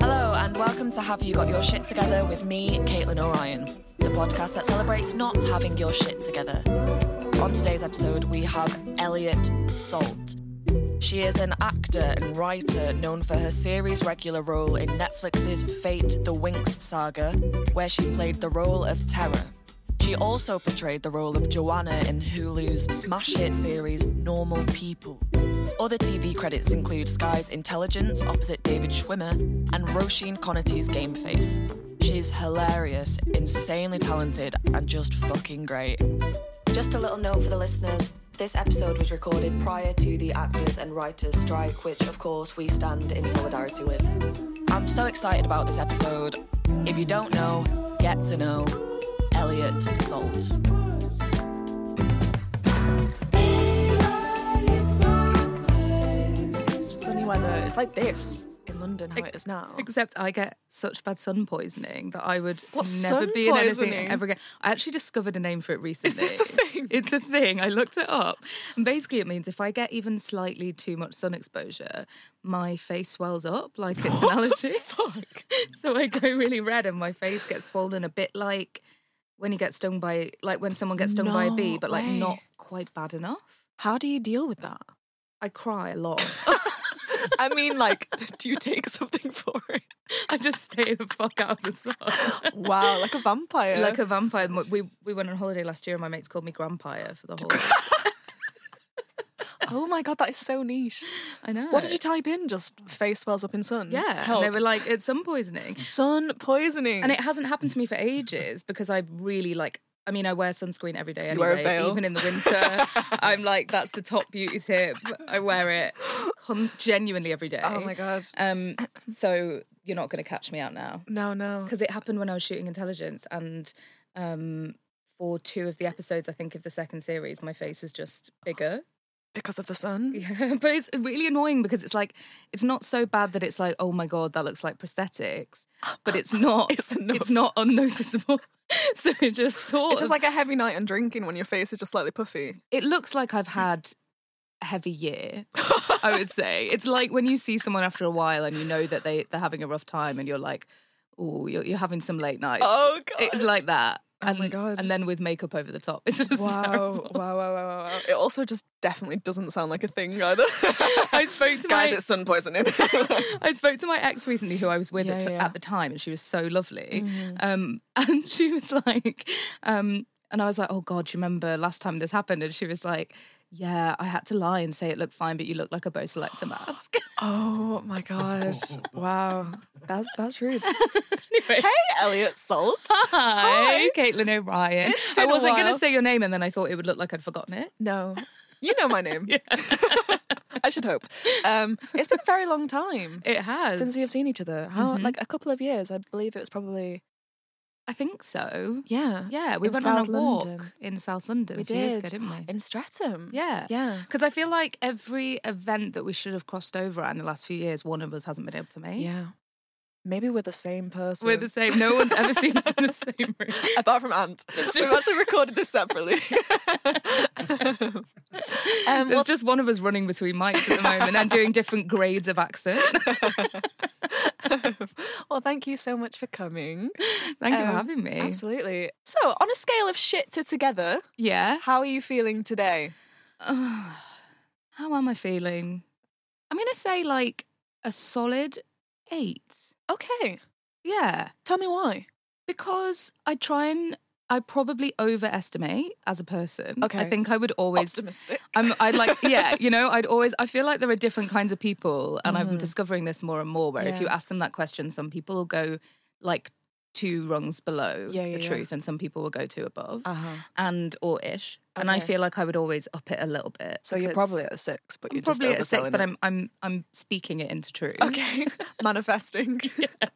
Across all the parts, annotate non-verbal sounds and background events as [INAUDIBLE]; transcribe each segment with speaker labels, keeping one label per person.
Speaker 1: Hello, and welcome to Have You Got Your Shit Together with me, Caitlin O'Ryan, the podcast that celebrates not having your shit together. On today's episode, we have Elliot Salt. She is an actor and writer known for her series regular role in Netflix's Fate the Winx saga, where she played the role of Terror. She also portrayed the role of Joanna in Hulu's smash hit series Normal People. Other TV credits include Sky's Intelligence opposite David Schwimmer and Roisin Connerty's Game Face. She's hilarious, insanely talented, and just fucking great. Just a little note for the listeners. This episode was recorded prior to the actors and writers strike, which of course we stand in solidarity with. I'm so excited about this episode. If you don't know, get to know Elliot Salt.
Speaker 2: sunny weather. It's like this in London, how it is now.
Speaker 3: Except I get such bad sun poisoning that I would
Speaker 2: What's
Speaker 3: never
Speaker 2: sun
Speaker 3: be in anything
Speaker 2: poisoning?
Speaker 3: ever again. I actually discovered a name for it recently.
Speaker 2: this a thing?
Speaker 3: It's a thing. I looked it up. And basically it means if I get even slightly too much sun exposure, my face swells up like
Speaker 2: [LAUGHS]
Speaker 3: it's an allergy. fuck? [LAUGHS] so I go really red and my face gets swollen a bit like when you get stung by like when someone gets stung by a bee,
Speaker 2: No
Speaker 3: but like
Speaker 2: way.
Speaker 3: not quite bad enough.
Speaker 2: How do you deal with that?
Speaker 3: I cry
Speaker 2: [LAUGHS]
Speaker 3: a lot. [LAUGHS]
Speaker 2: I mean, like, [LAUGHS] do you take something for it?
Speaker 3: I just stay the fuck out of
Speaker 2: [LAUGHS]
Speaker 3: the sun.
Speaker 2: Wow, like a vampire.
Speaker 3: Like a vampire. M- We we went on holiday last year, and my mates called me grandpire for the
Speaker 2: [LAUGHS]
Speaker 3: whole.
Speaker 2: oh my god, that is so niche.
Speaker 3: I know.
Speaker 2: What did you type in? Just face swells up in sun.
Speaker 3: Yeah, and
Speaker 2: Help.
Speaker 3: they were like, it's sun poisoning,
Speaker 2: sun poisoning.
Speaker 3: and it hasn't happened to me for ages because I really like. I mean, I wear sunscreen every day
Speaker 2: You wear a
Speaker 3: anyway,
Speaker 2: veil.
Speaker 3: even in the
Speaker 2: [LAUGHS]
Speaker 3: winter. I'm like, that's the top beauty tip. I wear it con- genuinely every day.
Speaker 2: oh my god.
Speaker 3: Um, so you're not going to catch me out now.
Speaker 2: No, no. [LAUGHS]
Speaker 3: because it happened when I was shooting Intelligence, and um, for two of the episodes, I think of the second series, my face is just bigger.
Speaker 2: Because of the sun.
Speaker 3: Yeah, [LAUGHS] but it's really annoying because it's like it's not so bad that it's like oh my god that looks like prosthetics,
Speaker 2: [LAUGHS]
Speaker 3: but it's not.
Speaker 2: It's enough.
Speaker 3: not unnoticeable. [LAUGHS] so it just sort
Speaker 2: It's just
Speaker 3: of
Speaker 2: like a heavy night on drinking when your face is just slightly puffy.
Speaker 3: it looks like I've had a heavy year. I
Speaker 2: [LAUGHS]
Speaker 3: would say it's like when you see someone after a while and you know that they they're having a rough time and you're like oh you're, you're having some late nights.
Speaker 2: Oh, God.
Speaker 3: It's like that.
Speaker 2: Oh,
Speaker 3: and,
Speaker 2: my God.
Speaker 3: And then with makeup over the top, [LAUGHS] it's just
Speaker 2: Wow.
Speaker 3: terrible.
Speaker 2: wow, wow, wow, wow, wow. It also just definitely doesn't sound like a thing
Speaker 1: [LAUGHS]
Speaker 2: either.
Speaker 3: I spoke to
Speaker 2: Guys,
Speaker 3: my-
Speaker 2: it's sun poisoning.
Speaker 3: I spoke to my ex recently, who I was with
Speaker 2: Yeah,
Speaker 3: at,
Speaker 2: yeah, yeah. Mm-hmm.
Speaker 3: at the time, and she was so lovely. Um, [LAUGHS] and she was like, um, and I was like, oh God, do you remember last time this happened? And she was like, yeah, I had to lie and say it looked fine, but you look like a Bo
Speaker 2: [GASPS]
Speaker 3: Selector mask.
Speaker 2: Oh my god! wow, that's that's [LAUGHS] rude.
Speaker 3: anyway.
Speaker 2: Hey, Elliot Salt.
Speaker 3: [LAUGHS] Hi, Caitlin O'Brien. I
Speaker 2: been a
Speaker 3: wasn't going
Speaker 2: while.
Speaker 3: to say your name, and then I thought it would look like I'd forgotten it.
Speaker 2: [LAUGHS] No, you know my name. I should hope. Um, it's been a very long time
Speaker 3: [LAUGHS] It has.
Speaker 2: since we have seen each other. How
Speaker 3: Mm-hmm.
Speaker 2: like a couple of years? I believe it was probably
Speaker 3: I think so.
Speaker 2: yeah.
Speaker 3: Yeah, we
Speaker 2: In
Speaker 3: went
Speaker 2: South
Speaker 3: on a walk
Speaker 2: London.
Speaker 3: in South London
Speaker 2: We
Speaker 3: a few years ago,
Speaker 2: did.
Speaker 3: didn't we?
Speaker 2: in Streatham.
Speaker 3: Yeah.
Speaker 2: yeah.
Speaker 3: Because I feel like every event that we should have crossed over at in the last few years, one of us hasn't been able to make.
Speaker 2: yeah. Maybe we're the same person.
Speaker 3: We're the same. No one's ever seen us in [LAUGHS] the same room.
Speaker 2: apart from Ant.
Speaker 3: true.
Speaker 2: We've actually recorded this
Speaker 3: [LAUGHS]
Speaker 2: separately. [LAUGHS] um,
Speaker 3: There's
Speaker 2: well,
Speaker 3: just one of us running between mics at [LAUGHS] the moment and doing different grades of accent.
Speaker 2: [LAUGHS] well, thank you so much for coming.
Speaker 3: [LAUGHS] Thank you for
Speaker 2: Um,
Speaker 3: having me.
Speaker 2: Absolutely. So, on a scale of shit to together,
Speaker 3: Yeah.
Speaker 2: how are you feeling today?
Speaker 3: Ugh. how am I feeling? I'm going to say like a solid eight.
Speaker 2: Okay.
Speaker 3: Yeah.
Speaker 2: Tell me why.
Speaker 3: Because I try and I probably overestimate as a person. I
Speaker 2: Okay.
Speaker 3: think I would always
Speaker 2: Optimistic.
Speaker 3: I'm I
Speaker 2: [LAUGHS]
Speaker 3: like yeah, you know, I'd always I feel like there are different kinds of people and I'm discovering this more and more where if
Speaker 2: Mm-hmm. Yeah.
Speaker 3: you ask them that question some people will go like two rungs below
Speaker 2: Yeah, yeah,
Speaker 3: the
Speaker 2: yeah.
Speaker 3: truth and some people will go two above
Speaker 2: Uh-huh.
Speaker 3: and or ish and I
Speaker 2: Okay.
Speaker 3: feel like I would always up it a little bit.
Speaker 2: So you're
Speaker 3: because
Speaker 2: probably at a six, but
Speaker 3: I'm
Speaker 2: you're
Speaker 3: probably
Speaker 2: just
Speaker 3: at six,
Speaker 2: overselling
Speaker 3: but
Speaker 2: it.
Speaker 3: I'm I'm I'm speaking it into truth. [LAUGHS]
Speaker 2: okay. [LAUGHS] Manifesting.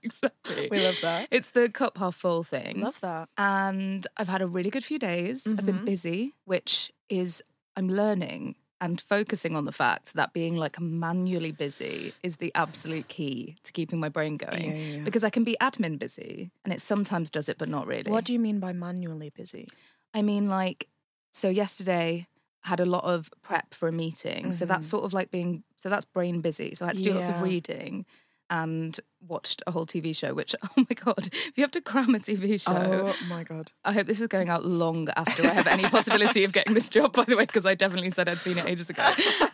Speaker 3: exactly.
Speaker 2: [LAUGHS] We love that.
Speaker 3: It's the cup half full
Speaker 2: [LAUGHS]
Speaker 3: thing.
Speaker 2: Love that.
Speaker 3: and I've had a really good few days. I've
Speaker 2: Mm-hmm.
Speaker 3: been busy, which is I'm learning and focusing on the fact that being like manually busy is the absolute key to keeping my brain going.
Speaker 2: Yeah, yeah, yeah.
Speaker 3: Because I can be admin busy and it sometimes does it, but not really.
Speaker 2: What do you mean by manually busy?
Speaker 3: I mean, like, so yesterday I had a lot of prep for a meeting. So that's sort of like being, so that's brain busy. So I had to do lots of
Speaker 2: Mm-hmm. Yeah.
Speaker 3: reading and watched a whole TV show, which, [LAUGHS] oh my God, if you have to cram a TV show,
Speaker 2: Oh my god.
Speaker 3: I hope this is going out long after I have any possibility of getting this job, by the way, because I definitely said I'd seen it ages ago.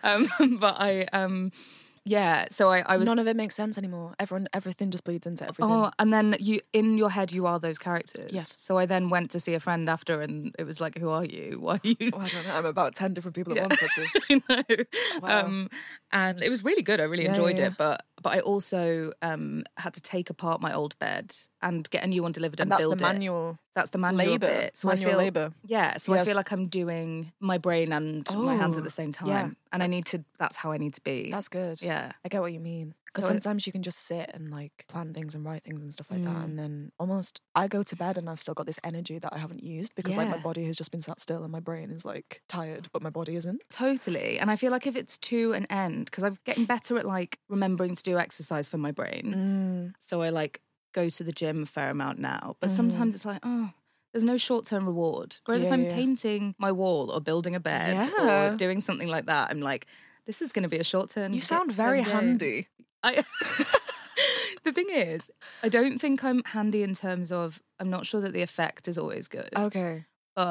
Speaker 3: Um, [LAUGHS] but I, um, yeah, so I, I was.
Speaker 2: None of it makes sense anymore. Everyone, everything just bleeds into everything.
Speaker 3: Oh, and then you in your head you are those characters.
Speaker 2: Yes.
Speaker 3: So I then went to see a friend after, and it was like, "Who are you? Why are you?" [LAUGHS]
Speaker 2: Oh, I don't know. I'm about ten different people at
Speaker 3: Yeah.
Speaker 2: once. [LAUGHS] Actually,
Speaker 3: I know.
Speaker 2: Wow.
Speaker 3: Um, and it was really good. I really
Speaker 2: Yeah,
Speaker 3: enjoyed
Speaker 2: yeah,
Speaker 3: it, but but I also um, had to take apart my old bed and get a new one delivered and,
Speaker 2: and that's the
Speaker 3: build it.
Speaker 2: manual
Speaker 3: That's the manual
Speaker 2: labor.
Speaker 3: bit. So
Speaker 2: manual
Speaker 3: I feel
Speaker 2: labor.
Speaker 3: Yeah, so I
Speaker 2: Yes.
Speaker 3: feel like I'm doing my brain and my hands
Speaker 2: Oh,
Speaker 3: at the same time,
Speaker 2: yeah.
Speaker 3: and I need to. That's how I need to be.
Speaker 2: That's good.
Speaker 3: yeah,
Speaker 2: I get what you mean. Because
Speaker 3: So it-
Speaker 2: sometimes you can just sit and like plan things and write things and stuff like that.
Speaker 3: Mm.
Speaker 2: And then almost I go to bed and I've still got this energy that I haven't used because like my
Speaker 3: Yeah.
Speaker 2: body has just been sat still and my brain is like tired, but my body isn't.
Speaker 3: totally. And I feel like if it's to an end, because I'm getting better at like remembering to do exercise for my brain,
Speaker 2: Mm.
Speaker 3: so I like go to the gym a fair amount now. But
Speaker 2: Mhm.
Speaker 3: sometimes it's like, oh. There's no short term reward. Whereas if
Speaker 2: Yeah,
Speaker 3: I'm
Speaker 2: yeah.
Speaker 3: painting my wall or building a bed
Speaker 2: Yeah.
Speaker 3: or doing something like that, I'm like, this is going to be a short term.
Speaker 2: You sound very handy.
Speaker 3: I [LAUGHS] the thing is, I don't think I'm handy in terms of I'm not sure that the effect is always good.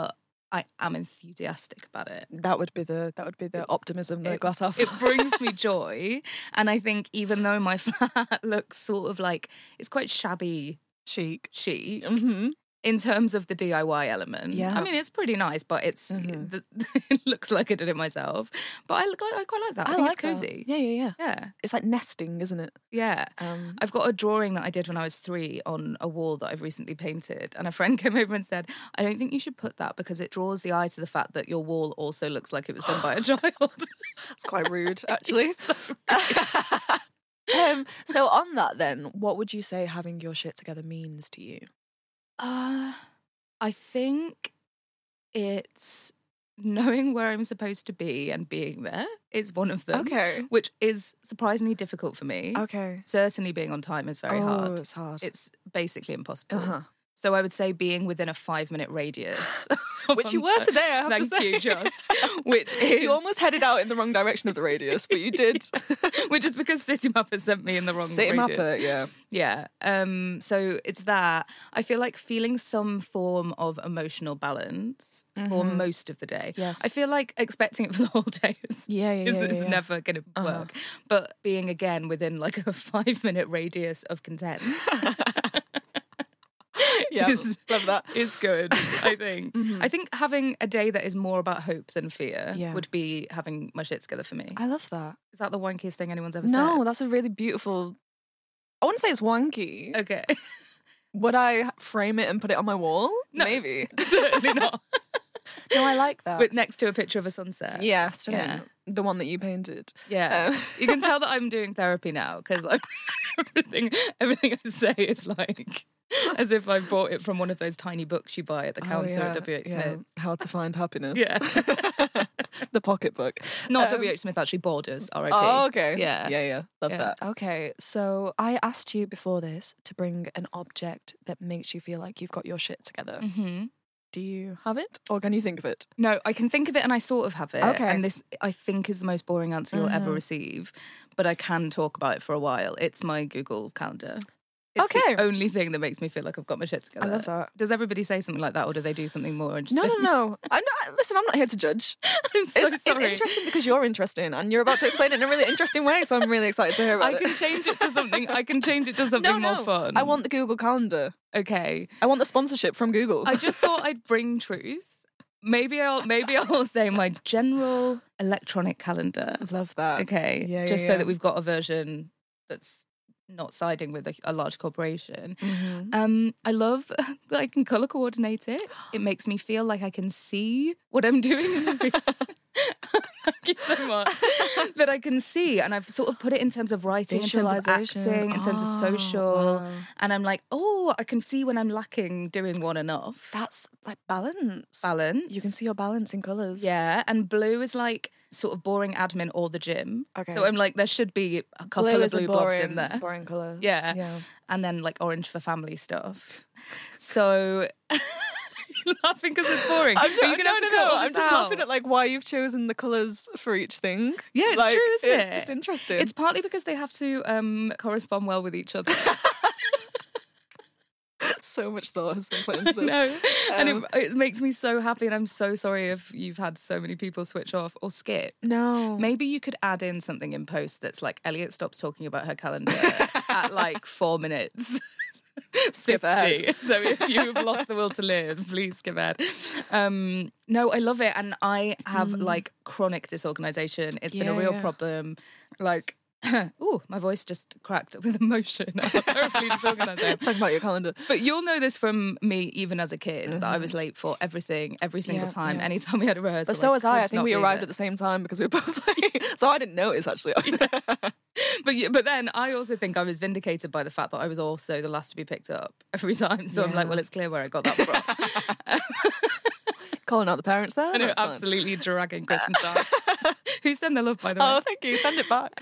Speaker 3: But I am enthusiastic about it.
Speaker 2: that would be the that would be the optimism, the
Speaker 3: it-
Speaker 2: glass half. [LAUGHS]
Speaker 3: It brings me joy. And I think even though my [LAUGHS] flat looks sort of like it's quite shabby
Speaker 2: chic.
Speaker 3: chic
Speaker 2: Mm-hmm.
Speaker 3: in terms of the DIY element.
Speaker 2: Yeah.
Speaker 3: I mean it's pretty nice, but it's
Speaker 2: Mhm.
Speaker 3: the, [LAUGHS] it looks like I did it myself. But I, look- I quite like that. I, think it's cozy.
Speaker 2: Yeah, yeah, yeah.
Speaker 3: Yeah.
Speaker 2: It's like nesting, isn't it?
Speaker 3: Yeah.
Speaker 2: Um,
Speaker 3: I've got a drawing that I did when I was three on a wall that I've recently painted. And a friend [LAUGHS] came over and said, I don't think you should put that because it draws the eye to the fact that your wall also looks like it was done by a child. [LAUGHS]
Speaker 2: it's quite rude, actually. [LAUGHS]
Speaker 3: So-
Speaker 2: um, so on that then, what would you say having your shit together means to you?
Speaker 3: uh, I think it's knowing where I'm supposed to be and being there is one of them,
Speaker 2: Okay.
Speaker 3: which is surprisingly difficult for me.
Speaker 2: Okay. Oh,
Speaker 3: Certainly, being on time is very hard.
Speaker 2: It's hard.
Speaker 3: Oh, It's basically impossible.
Speaker 2: uh-huh.
Speaker 3: So I would say being within a five minute radius. of
Speaker 2: [LAUGHS] Which you
Speaker 3: on
Speaker 2: were
Speaker 3: [LAUGHS] time.
Speaker 2: today, I have
Speaker 3: Thank
Speaker 2: to say. [LAUGHS]
Speaker 3: you, Joss. Which is
Speaker 2: You almost headed out in the wrong direction of the radius, but you [LAUGHS] did.
Speaker 3: which is because City Mapper sent me in the
Speaker 2: [LAUGHS]
Speaker 3: wrong
Speaker 2: Sit him up
Speaker 3: radius.
Speaker 2: it, yeah.
Speaker 3: Yeah. Um, so it's that. I feel like feeling some form of emotional balance for
Speaker 2: Mhm.
Speaker 3: most of the day.
Speaker 2: Yes.
Speaker 3: I feel like expecting it for the whole day is
Speaker 2: Yeah, yeah,
Speaker 3: is,
Speaker 2: yeah,
Speaker 3: is
Speaker 2: yeah, yeah.
Speaker 3: never going to
Speaker 2: Uh-huh.
Speaker 3: work. But being again within like a [LAUGHS] five minute radius of content
Speaker 2: yeah.
Speaker 3: is-
Speaker 2: Love that.
Speaker 3: is good,
Speaker 2: [LAUGHS]
Speaker 3: I think. I think having a day that is more about hope than fear
Speaker 2: Mm-hmm. Yeah.
Speaker 3: would be having my shit together for me.
Speaker 2: I love that.
Speaker 3: Is that the wankiest thing anyone's ever
Speaker 2: No, that's a really beautiful. I wouldn't say it's wonky. [LAUGHS]
Speaker 3: said? Okay. [LAUGHS]
Speaker 2: Would I frame it and put it on my wall? [LAUGHS]
Speaker 3: No.
Speaker 2: Maybe.
Speaker 3: Certainly not.
Speaker 2: No, I like that.
Speaker 3: With next to a picture of a sunset.
Speaker 2: yeah, stunning.
Speaker 3: Yeah.
Speaker 2: The one that you painted. [LAUGHS]
Speaker 3: Yeah.
Speaker 2: Um.
Speaker 3: you can tell that I'm doing therapy now because [LAUGHS] everything everything I say is like as if I bought it from one of those tiny books you buy at the counter
Speaker 2: Oh, yeah,
Speaker 3: at WH
Speaker 2: yeah.
Speaker 3: Smith.
Speaker 2: How to find happiness.
Speaker 3: Yeah.
Speaker 2: [LAUGHS] the pocketbook.
Speaker 3: Not
Speaker 2: Um,
Speaker 3: WH Smith actually Borders, RIP.
Speaker 2: Oh, okay.
Speaker 3: Yeah.
Speaker 2: Yeah, yeah. Love
Speaker 3: Yeah.
Speaker 2: that. Okay. So I asked you before this to bring an object that makes you feel like you've got your shit together.
Speaker 3: hmm
Speaker 2: Do you have it or can you think of it?
Speaker 3: No, I can think of it and I sort of have it.
Speaker 2: Okay.
Speaker 3: And this I think is the most boring answer you'll ever
Speaker 2: Mhm.
Speaker 3: receive, but I can talk about it for a while. It's my Google calendar. It's
Speaker 2: Okay.
Speaker 3: the only thing that makes me feel like I've got my shit together.
Speaker 2: that.
Speaker 3: Does everybody say something like that or do they do something more
Speaker 2: No,
Speaker 3: interesting?
Speaker 2: no, no. I'm not, listen, I'm not here to judge.
Speaker 3: [LAUGHS] I'm so
Speaker 2: it's, it's
Speaker 3: sorry.
Speaker 2: interesting because you're interesting and you're about to explain it in a really interesting way. So I'm really excited to hear about
Speaker 3: I
Speaker 2: it.
Speaker 3: can change it to something. I can change it to something
Speaker 2: [LAUGHS] no,
Speaker 3: more
Speaker 2: no.
Speaker 3: fun.
Speaker 2: I want the Google Calendar.
Speaker 3: Okay.
Speaker 2: I want the sponsorship from Google. [LAUGHS]
Speaker 3: I just thought I'd bring truth. Maybe I'll maybe I'll say my general electronic calendar.
Speaker 2: love that.
Speaker 3: Okay.
Speaker 2: Uh, Yeah, yeah,
Speaker 3: just so
Speaker 2: yeah.
Speaker 3: that we've got a version that's not siding with a, a large corporation.
Speaker 2: Mhm.
Speaker 3: Um, I love [LAUGHS] that I can color coordinate it. It makes me feel like I can see what I'm [LAUGHS] doing in
Speaker 2: [LAUGHS]
Speaker 3: the room. Thank you so much. that I can see, and I've sort of put it in terms of writing, in terms of
Speaker 2: Visualization.
Speaker 3: acting, in terms of
Speaker 2: Oh,
Speaker 3: social,
Speaker 2: wow.
Speaker 3: and I'm like, oh, I can see when I'm lacking doing one enough
Speaker 2: That's like balance.
Speaker 3: balance.
Speaker 2: You can see your balance in colours.
Speaker 3: yeah, and blue is like sort of boring admin or the gym.
Speaker 2: Okay.
Speaker 3: so I'm like, there should be a couple
Speaker 2: blue
Speaker 3: of
Speaker 2: is a
Speaker 3: blue blobs
Speaker 2: boring,
Speaker 3: in there.
Speaker 2: Boring colour.
Speaker 3: [LAUGHS] Yeah.
Speaker 2: Yeah.
Speaker 3: and then like orange for family stuff. So [LAUGHS] laughing because it's boring?
Speaker 2: [LAUGHS] I'm,
Speaker 3: Are you
Speaker 2: no,
Speaker 3: going to have
Speaker 2: no,
Speaker 3: to cut
Speaker 2: no,
Speaker 3: all
Speaker 2: I'm
Speaker 3: this
Speaker 2: just laughing
Speaker 3: out?
Speaker 2: at like why you've chosen the colours for each thing.
Speaker 3: Yeah, it's
Speaker 2: Like,
Speaker 3: true, isn't
Speaker 2: it's
Speaker 3: it?
Speaker 2: just interesting. [LAUGHS]
Speaker 3: It's partly because they have to um, correspond well with each other. [LAUGHS]
Speaker 2: so much thought has been [LAUGHS] put into this.
Speaker 3: no, and it,
Speaker 2: Um,
Speaker 3: it makes me so happy. And I'm so sorry if you've had so many people switch off or skip.
Speaker 2: No.
Speaker 3: Maybe you could add in something in post that's like Elliot stops talking about
Speaker 2: [LAUGHS]
Speaker 3: her calendar at like four minutes. [LAUGHS]
Speaker 2: Skip ahead.
Speaker 3: 50. So if you've lost the will to live, please skip ahead. Um, no, I love it, and I have like chronic disorganization. It's been a real
Speaker 2: Mm. Yeah.
Speaker 3: problem. Like, [CLEARS THROAT] oh, my voice just cracked with emotion. [LAUGHS] I was terribly disorganized. there.
Speaker 2: Talk about your calendar.
Speaker 3: But you'll know this from me, even as a kid, that I was late for everything, every single
Speaker 2: Mm-hmm. Yeah,
Speaker 3: time,
Speaker 2: yeah.
Speaker 3: anytime we had a rehearsal.
Speaker 2: But so was I. I think we arrived at
Speaker 3: the.
Speaker 2: the same time because we were both [LAUGHS] playing. so I didn't notice [LAUGHS] actually.
Speaker 3: But you- but then I also think I was vindicated by the fact that I was also the last to be picked up [LAUGHS] every time. So I'm like,
Speaker 2: Yeah.
Speaker 3: well, it's clear where
Speaker 2: [LAUGHS]
Speaker 3: I got that from.
Speaker 2: Calling out the parents there.
Speaker 3: I know,
Speaker 2: that's fine.
Speaker 3: absolutely dragging Chris and Sean. [LAUGHS] Who send their love, by the way?
Speaker 2: Oh, thank you. Send it back.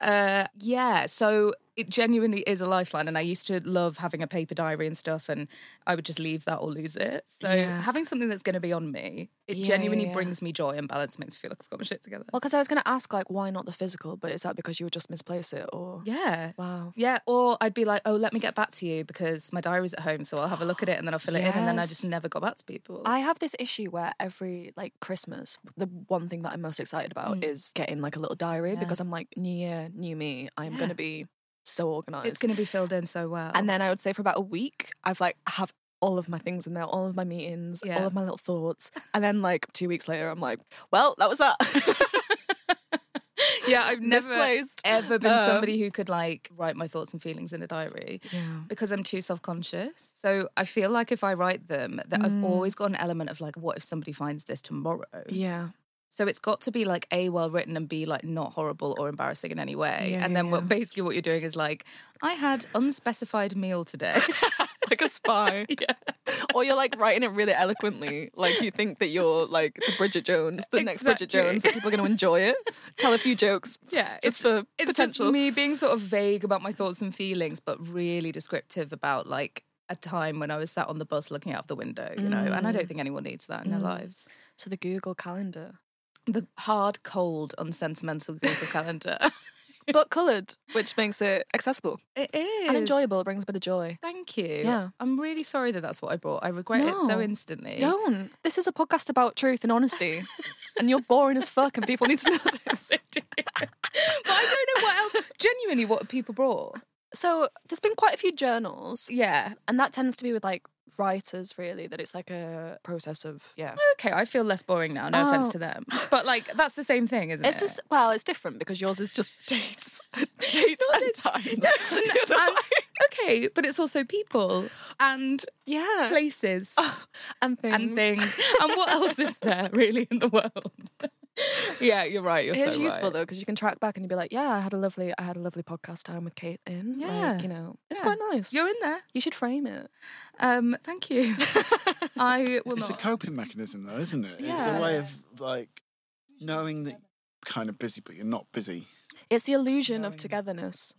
Speaker 3: Uh, yeah, so it genuinely is a lifeline, and I used to love having a paper diary and stuff, and I would just leave that or lose it. So
Speaker 2: Yeah.
Speaker 3: having something that's going to be on me, it
Speaker 2: Yeah, yeah,
Speaker 3: genuinely
Speaker 2: yeah.
Speaker 3: brings me joy and balance, makes me feel like I've got my shit together.
Speaker 2: Well, because I was going to ask like why not the physical, but is that because you would just misplace it or?
Speaker 3: Yeah.
Speaker 2: Wow.
Speaker 3: Yeah, or I'd be like, oh, let me get back to you because my diary's at home, so I'll have a look at it and then I'll fill it in, and then I just
Speaker 2: Yes.
Speaker 3: never got back to people.
Speaker 2: I have this issue where every like Christmas, the one thing that I'm most excited about is getting like a little diary
Speaker 3: Mm. Yeah.
Speaker 2: because I'm like, new year, new me. I'm
Speaker 3: Yeah.
Speaker 2: going to be so organized.
Speaker 3: it's going to be filled in so well.
Speaker 2: and then I would say for about a week, I've like have all of my things in there, all of my meetings,
Speaker 3: Yeah.
Speaker 2: all of my little thoughts, and then like two weeks later, I'm like, well, that was that.
Speaker 3: [LAUGHS] yeah,
Speaker 2: [LAUGHS]
Speaker 3: I've never
Speaker 2: Misplaced.
Speaker 3: ever been
Speaker 2: Um,
Speaker 3: somebody who could like write my thoughts and feelings in a diary
Speaker 2: Yeah.
Speaker 3: because I'm too self conscious. So I feel like if I write them, that I've always got an element of like, what if somebody finds this tomorrow?
Speaker 2: Yeah.
Speaker 3: So it's got to be like a well written and b like not horrible or embarrassing in any way.
Speaker 2: Yeah,
Speaker 3: and
Speaker 2: yeah,
Speaker 3: then what
Speaker 2: yeah.
Speaker 3: basically what you're doing is like, I had unspecified meal today. [LAUGHS]
Speaker 2: like a [LAUGHS] spy. Or you're like writing it really eloquently. Like you think that you're like the Bridget Jones, the next Bridget
Speaker 3: Exactly.
Speaker 2: Jones, that people are going to enjoy it. Tell a few jokes.
Speaker 3: Yeah,
Speaker 2: Just for
Speaker 3: it's
Speaker 2: potential.
Speaker 3: just me being sort of vague about my thoughts and feelings, but really descriptive about like a time when I was sat on the bus looking out the window, you know. And I don't think anyone needs that in their
Speaker 2: Mm.
Speaker 3: lives.
Speaker 2: So the Google Calendar.
Speaker 3: The hard, cold, unsentimental Google Calendar. [LAUGHS]
Speaker 2: But coloured, which makes it accessible
Speaker 3: It is.
Speaker 2: and enjoyable. It brings a bit of joy.
Speaker 3: Thank you.
Speaker 2: Yeah.
Speaker 3: I'm really sorry that that's what I brought. I regret it so
Speaker 2: No.
Speaker 3: instantly.
Speaker 2: Don't. This is a podcast about truth and honesty. and you're boring as fuck and people need to know [LAUGHS] this.
Speaker 3: But I don't know what [LAUGHS] else. Genuinely, what people brought.
Speaker 2: So there's been quite a few journals
Speaker 3: Yeah.
Speaker 2: and that tends to be with like writers really that it's like a process of yeah
Speaker 3: Okay, I feel less boring now. No offense
Speaker 2: Oh.
Speaker 3: to them. But like, that's the same thing, isn't
Speaker 2: It's
Speaker 3: it?
Speaker 2: just well, it's different because yours is just [LAUGHS] dates, dates
Speaker 3: not
Speaker 2: and
Speaker 3: just-
Speaker 2: times. [LAUGHS]
Speaker 3: And- okay, but it's also people and
Speaker 2: yeah,
Speaker 3: places.
Speaker 2: and things.
Speaker 3: and things. and what else is there [LAUGHS] really in the world? [LAUGHS] yeah, you're right. You're
Speaker 2: It is
Speaker 3: so
Speaker 2: useful
Speaker 3: right.
Speaker 2: though because you can track back and you'd be like, yeah, I had a lovely, I had a lovely podcast time with Kate in.
Speaker 3: Yeah.
Speaker 2: like, you know, it's
Speaker 3: Yeah.
Speaker 2: quite nice.
Speaker 3: You're in there.
Speaker 2: you should frame it.
Speaker 3: Um, thank [LAUGHS] you. I will
Speaker 4: it's
Speaker 3: not.
Speaker 4: a coping mechanism though isn't it it's
Speaker 2: Yeah.
Speaker 4: a way of like knowing that you're kind of busy but you're not busy
Speaker 2: It's the illusion of togetherness.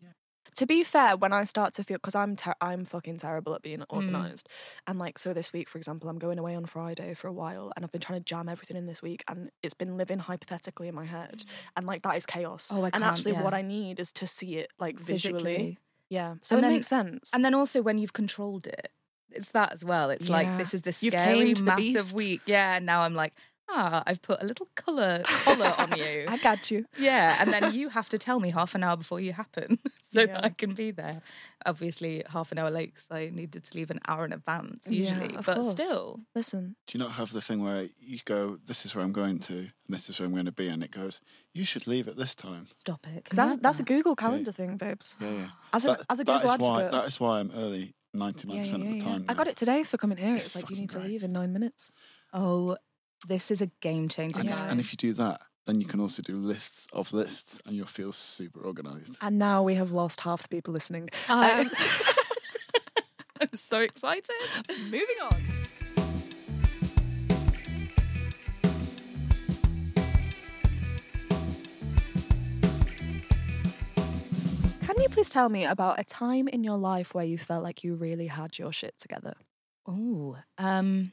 Speaker 2: To be fair, when I start to feel, because I'm ter- I'm fucking terrible at being organized, and like so this week, for example, I'm going away on Friday for a while, and I've been trying to jam everything in this week, and it's been living hypothetically in my head, and like that is chaos.
Speaker 3: Oh, I
Speaker 2: and
Speaker 3: can't,
Speaker 2: actually, what
Speaker 3: yeah.
Speaker 2: Mm. I need is to see it like visually.
Speaker 3: Physically.
Speaker 2: Yeah, so
Speaker 3: And
Speaker 2: it
Speaker 3: then-
Speaker 2: makes sense.
Speaker 3: And then also when you've controlled it, it's that as well. It's like
Speaker 2: Yeah.
Speaker 3: this is the
Speaker 2: You've
Speaker 3: scary
Speaker 2: tamed the
Speaker 3: massive
Speaker 2: beast.
Speaker 3: week. Yeah, and now I'm like, ah, I've put a little color collar on [LAUGHS] you.
Speaker 2: I got you.
Speaker 3: Yeah, and then you have to tell me half an hour before you happen [LAUGHS] so
Speaker 2: Yeah.
Speaker 3: that I can be there. Obviously, half an hour late because I needed to leave an hour in advance
Speaker 2: Yeah,
Speaker 3: usually,
Speaker 2: of
Speaker 3: but
Speaker 2: course.
Speaker 3: still.
Speaker 2: Listen,
Speaker 4: do you not have the thing where you go this is where i'm going to and this is where i'm going to be and it goes you should leave at this time
Speaker 3: Stop it.
Speaker 2: because that's that's a Google Calendar thing, babes.
Speaker 4: yeah yeah
Speaker 2: As a
Speaker 4: That-
Speaker 2: as a
Speaker 4: that
Speaker 2: Google
Speaker 4: is why
Speaker 2: advocate,
Speaker 4: that is why i'm early 99%
Speaker 2: yeah, yeah,
Speaker 4: of the
Speaker 2: yeah, yeah.
Speaker 4: time
Speaker 2: I
Speaker 4: now.
Speaker 2: got it today for coming here. It's,
Speaker 4: It's
Speaker 2: like you
Speaker 4: fucking
Speaker 2: need to
Speaker 4: great.
Speaker 2: leave in nine minutes.
Speaker 3: Oh, this is a game changer.
Speaker 4: and,
Speaker 2: Yeah.
Speaker 4: if, and
Speaker 3: [LAUGHS]
Speaker 4: if you do that then you can also do lists of lists and you'll feel super organized
Speaker 2: And now we have lost half the people listening. [LAUGHS]
Speaker 3: I'm,
Speaker 2: Um,
Speaker 3: I'm so excited.
Speaker 2: moving on. Can you please tell me about a time in your life where you felt like you really had your shit together?
Speaker 3: Oh, um,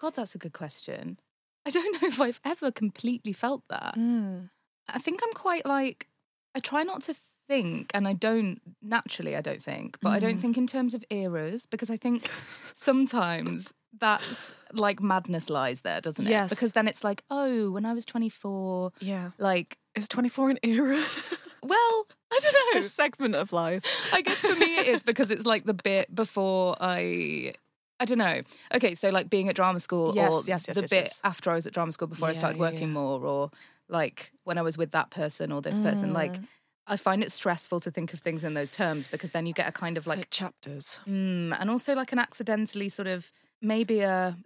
Speaker 3: God, that's a good question. I don't know if I've ever completely felt that.
Speaker 2: Mm.
Speaker 3: I think I'm quite like I try not to think and I don't naturally I don't think, but I
Speaker 2: Mm.
Speaker 3: don't think in terms of eras because I think sometimes that's like madness lies there, doesn't it?
Speaker 2: Yes.
Speaker 3: Because then it's like, oh, when I was 24,
Speaker 2: Yeah.
Speaker 3: like,
Speaker 2: Is 24 an era? [LAUGHS]
Speaker 3: well, I don't
Speaker 2: a
Speaker 3: know.
Speaker 2: segment of life.
Speaker 3: I guess for me
Speaker 2: [LAUGHS]
Speaker 3: it is because it's like the bit before I I don't know. Okay, so like being at drama school or
Speaker 2: Yes, yes, yes,
Speaker 3: the
Speaker 2: yes,
Speaker 3: bit
Speaker 2: yes.
Speaker 3: after I was at drama school before I
Speaker 2: Yeah,
Speaker 3: started
Speaker 2: yeah,
Speaker 3: working
Speaker 2: yeah.
Speaker 3: more or like when I was with that person or this person like
Speaker 2: Mm.
Speaker 3: I find it stressful to think of things in those terms because then you get a kind of like
Speaker 2: Like chapters.
Speaker 3: mm, and also like an accidentally sort of maybe a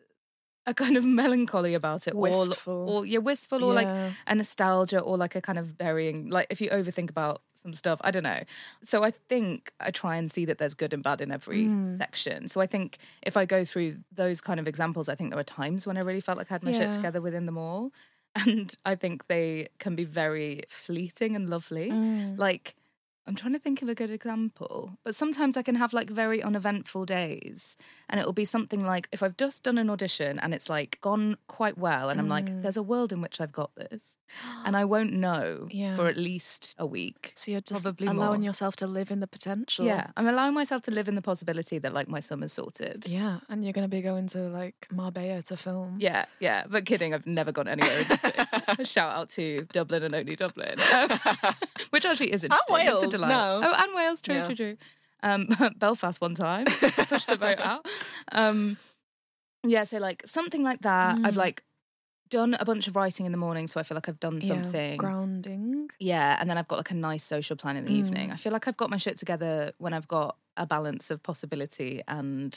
Speaker 3: a kind of [LAUGHS] melancholy about it
Speaker 2: Wistful.
Speaker 3: or or you're wistful or
Speaker 2: Yeah.
Speaker 3: like a nostalgia or like a kind of burying like if you overthink about some stuff I don't know so I think I try and see that there's good and bad in every
Speaker 2: Mm.
Speaker 3: section so I think if I go through those kind of examples I think there were times when I really felt like I had my
Speaker 2: Yeah.
Speaker 3: shit together within them all [LAUGHS] and I think they can be very fleeting and lovely
Speaker 2: Mm.
Speaker 3: like I'm trying to think of a good example, but sometimes I can have like very uneventful days, and it'll be something like if I've just done an audition and it's like gone quite well, and I'm
Speaker 2: Mm.
Speaker 3: like, there's a world in which I've got
Speaker 2: [GASPS]
Speaker 3: this, and I won't know
Speaker 2: Yeah.
Speaker 3: for at least a week.
Speaker 2: So you're just
Speaker 3: Probably
Speaker 2: allowing
Speaker 3: more.
Speaker 2: yourself to live in the potential.
Speaker 3: Yeah, I'm allowing myself to live in the possibility that like my summer's sorted.
Speaker 2: Yeah. And you're going to be going to like Marbella to film.
Speaker 3: Yeah, yeah, but kidding, I've never gone
Speaker 2: [LAUGHS]
Speaker 3: anywhere. [LAUGHS] interesting. Shout out to Dublin and only Dublin, [LAUGHS] Um,
Speaker 2: [LAUGHS]
Speaker 3: which actually is interesting. It's a
Speaker 2: Wales,
Speaker 3: delight.
Speaker 2: no.
Speaker 3: Oh, and Wales, true,
Speaker 2: Yeah.
Speaker 3: true, true. Um, [LAUGHS] Belfast one
Speaker 2: [LAUGHS]
Speaker 3: time, pushed the boat out. Um, yeah, so like something like that. I've
Speaker 2: Mm.
Speaker 3: like done a bunch of writing in the morning, so I feel like I've done
Speaker 2: Yeah,
Speaker 3: something.
Speaker 2: Grounding.
Speaker 3: Yeah, and then I've got like a nice social plan in the
Speaker 2: Mm.
Speaker 3: evening. I feel like I've got my shit together when I've got a balance of possibility and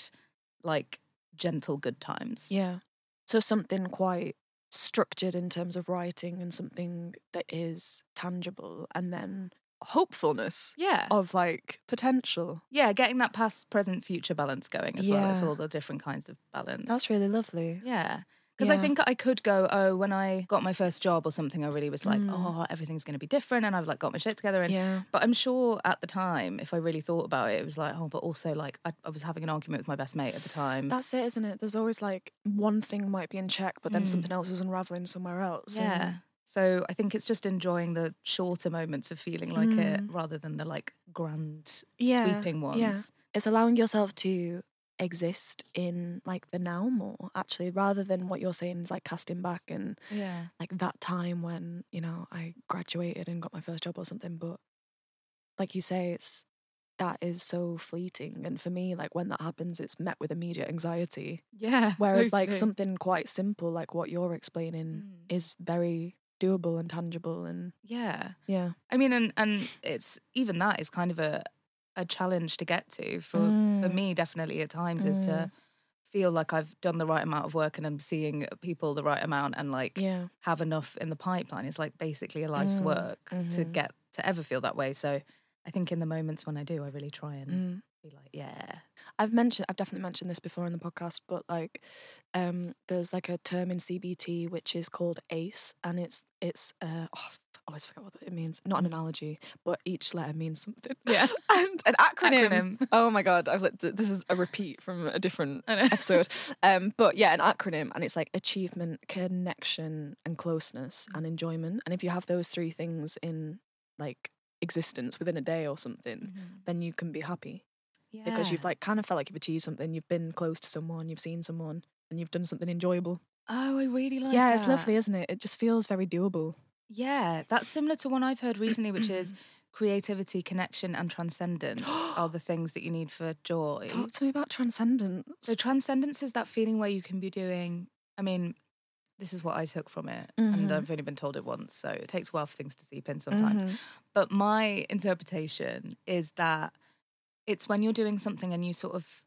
Speaker 3: like gentle good times.
Speaker 2: Yeah. So something quite structured in terms of writing and something that is tangible and then hopefulness
Speaker 3: Yeah.
Speaker 2: of like potential.
Speaker 3: Yeah, getting that past, present, future balance going as well. It's
Speaker 2: Yeah.
Speaker 3: all the different kinds of balance.
Speaker 2: That's really lovely.
Speaker 3: yeah. Because I
Speaker 2: Yeah.
Speaker 3: think I could go, oh, when I got my first job or something, I really was like, oh, everything's going to be different, and I've like got my shit together. And
Speaker 2: Mm. Yeah.
Speaker 3: but I'm sure at the time, if I really thought about it, it was like, oh, but also like I, I was having an argument with my best mate at the time.
Speaker 2: That's it, isn't it? There's always like one thing might be in check, but then something else is unraveling somewhere else. and-
Speaker 3: Mm. yeah. So I think it's just enjoying the shorter moments of feeling like it, rather than the like grand
Speaker 2: Mm. yeah.
Speaker 3: sweeping ones.
Speaker 2: Yeah. It's allowing yourself to exist in like the now more, actually, rather than what you're saying is like casting back and
Speaker 3: yeah.
Speaker 2: like that time when you know I graduated and got my first job or something. But like you say, it's that is so fleeting, and for me, like when that happens, it's met with immediate
Speaker 3: [LAUGHS]
Speaker 2: anxiety.
Speaker 3: Yeah.
Speaker 2: Whereas like
Speaker 3: totally. Mm.
Speaker 2: something quite simple, like what you're explaining, is very doable and tangible, and
Speaker 3: Yeah.
Speaker 2: yeah,
Speaker 3: I mean, and and it's even that is kind of a a challenge to get to for for
Speaker 2: Mm.
Speaker 3: me definitely at times is to feel like I've done the right amount of work and I'm seeing people the right amount and like
Speaker 2: Yeah. Mm.
Speaker 3: have enough in the pipeline. It's like basically a life's work to
Speaker 2: Mm-hmm.
Speaker 3: get to ever feel that way. So I think in the moments when I do, I really try
Speaker 2: Mm.
Speaker 3: and be like, yeah,
Speaker 2: I've mentioned, I've definitely mentioned this before in the podcast, but like, um, there's like a term in CBT which is called ACE, and it's it's uh, oh, f- I always forget what it means. Not an analogy, but each letter means something.
Speaker 3: Yeah.
Speaker 2: [LAUGHS] and an acronym.
Speaker 3: Acronym. [LAUGHS]
Speaker 2: Oh my god, I've lit- this is a repeat from a different episode. [LAUGHS] Um, but yeah, an acronym, and it's like achievement, connection, and closeness, and enjoyment. And if you have those three things in like existence within a day or something, then you can be happy
Speaker 3: yeah,
Speaker 2: Mm-hmm. because you've like kind of felt like you've achieved something. You've been close to someone, you've seen someone, and you've done something enjoyable.
Speaker 3: oh, I really like
Speaker 2: yeah, it's
Speaker 3: that.
Speaker 2: lovely, isn't it? It just feels very doable.
Speaker 3: Yeah, that's similar to one I've heard recently, which is creativity, connection, and transcendence are the things that you need for joy.
Speaker 2: Talk to me about transcendence.
Speaker 3: So, transcendence is that feeling where you can be doing, I mean, this is what I took from it, and I've only been told it once, so it takes a while for things to seep in sometimes.
Speaker 2: Mm-hmm.
Speaker 3: But my interpretation is that it's when you're doing something and you sort of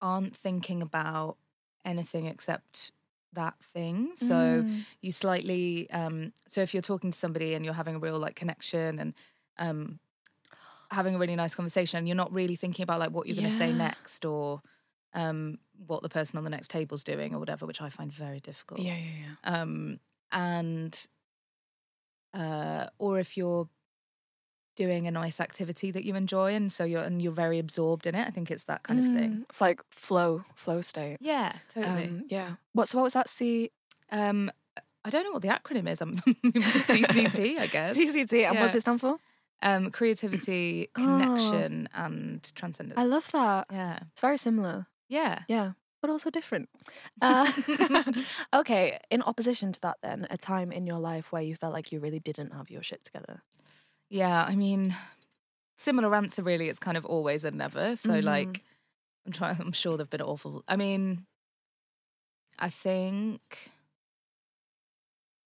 Speaker 3: aren't thinking about anything except that thing. So,
Speaker 2: Mm.
Speaker 3: you slightly um so if you're talking to somebody and you're having a real like connection and um having a really nice conversation you're not really thinking about like what you're going to say
Speaker 2: Yeah.
Speaker 3: next or um what the person on the next table's doing or whatever which i find very difficult
Speaker 2: yeah, yeah, yeah.
Speaker 3: um and uh or if you're doing a nice activity that you enjoy and so you're and you're very absorbed in it. I think it's that kind of thing.
Speaker 2: It's like flow, flow state.
Speaker 3: Yeah, totally. Um,
Speaker 2: Mm. Um, yeah. What? So what was that? C
Speaker 3: I don't know what the acronym
Speaker 2: [LAUGHS]
Speaker 3: is. I'm [LAUGHS] CCT, I guess.
Speaker 2: CCD. And what's
Speaker 3: Yeah.
Speaker 2: it stand for?
Speaker 3: Um,
Speaker 2: [CLEARS THROAT]
Speaker 3: creativity, connection, and transcendence.
Speaker 2: Oh. I love that.
Speaker 3: Yeah,
Speaker 2: It's very similar.
Speaker 3: yeah.
Speaker 2: Yeah. But also
Speaker 3: [LAUGHS]
Speaker 2: different. Uh, [LAUGHS] okay. In opposition to that, then, a time in your life where you felt like you really didn't have your shit together.
Speaker 3: Yeah, I mean, similar answer really. It's kind of always and never. So
Speaker 2: Mm-hmm.
Speaker 3: like, I'm trying. I'm sure they've been awful. I mean, I think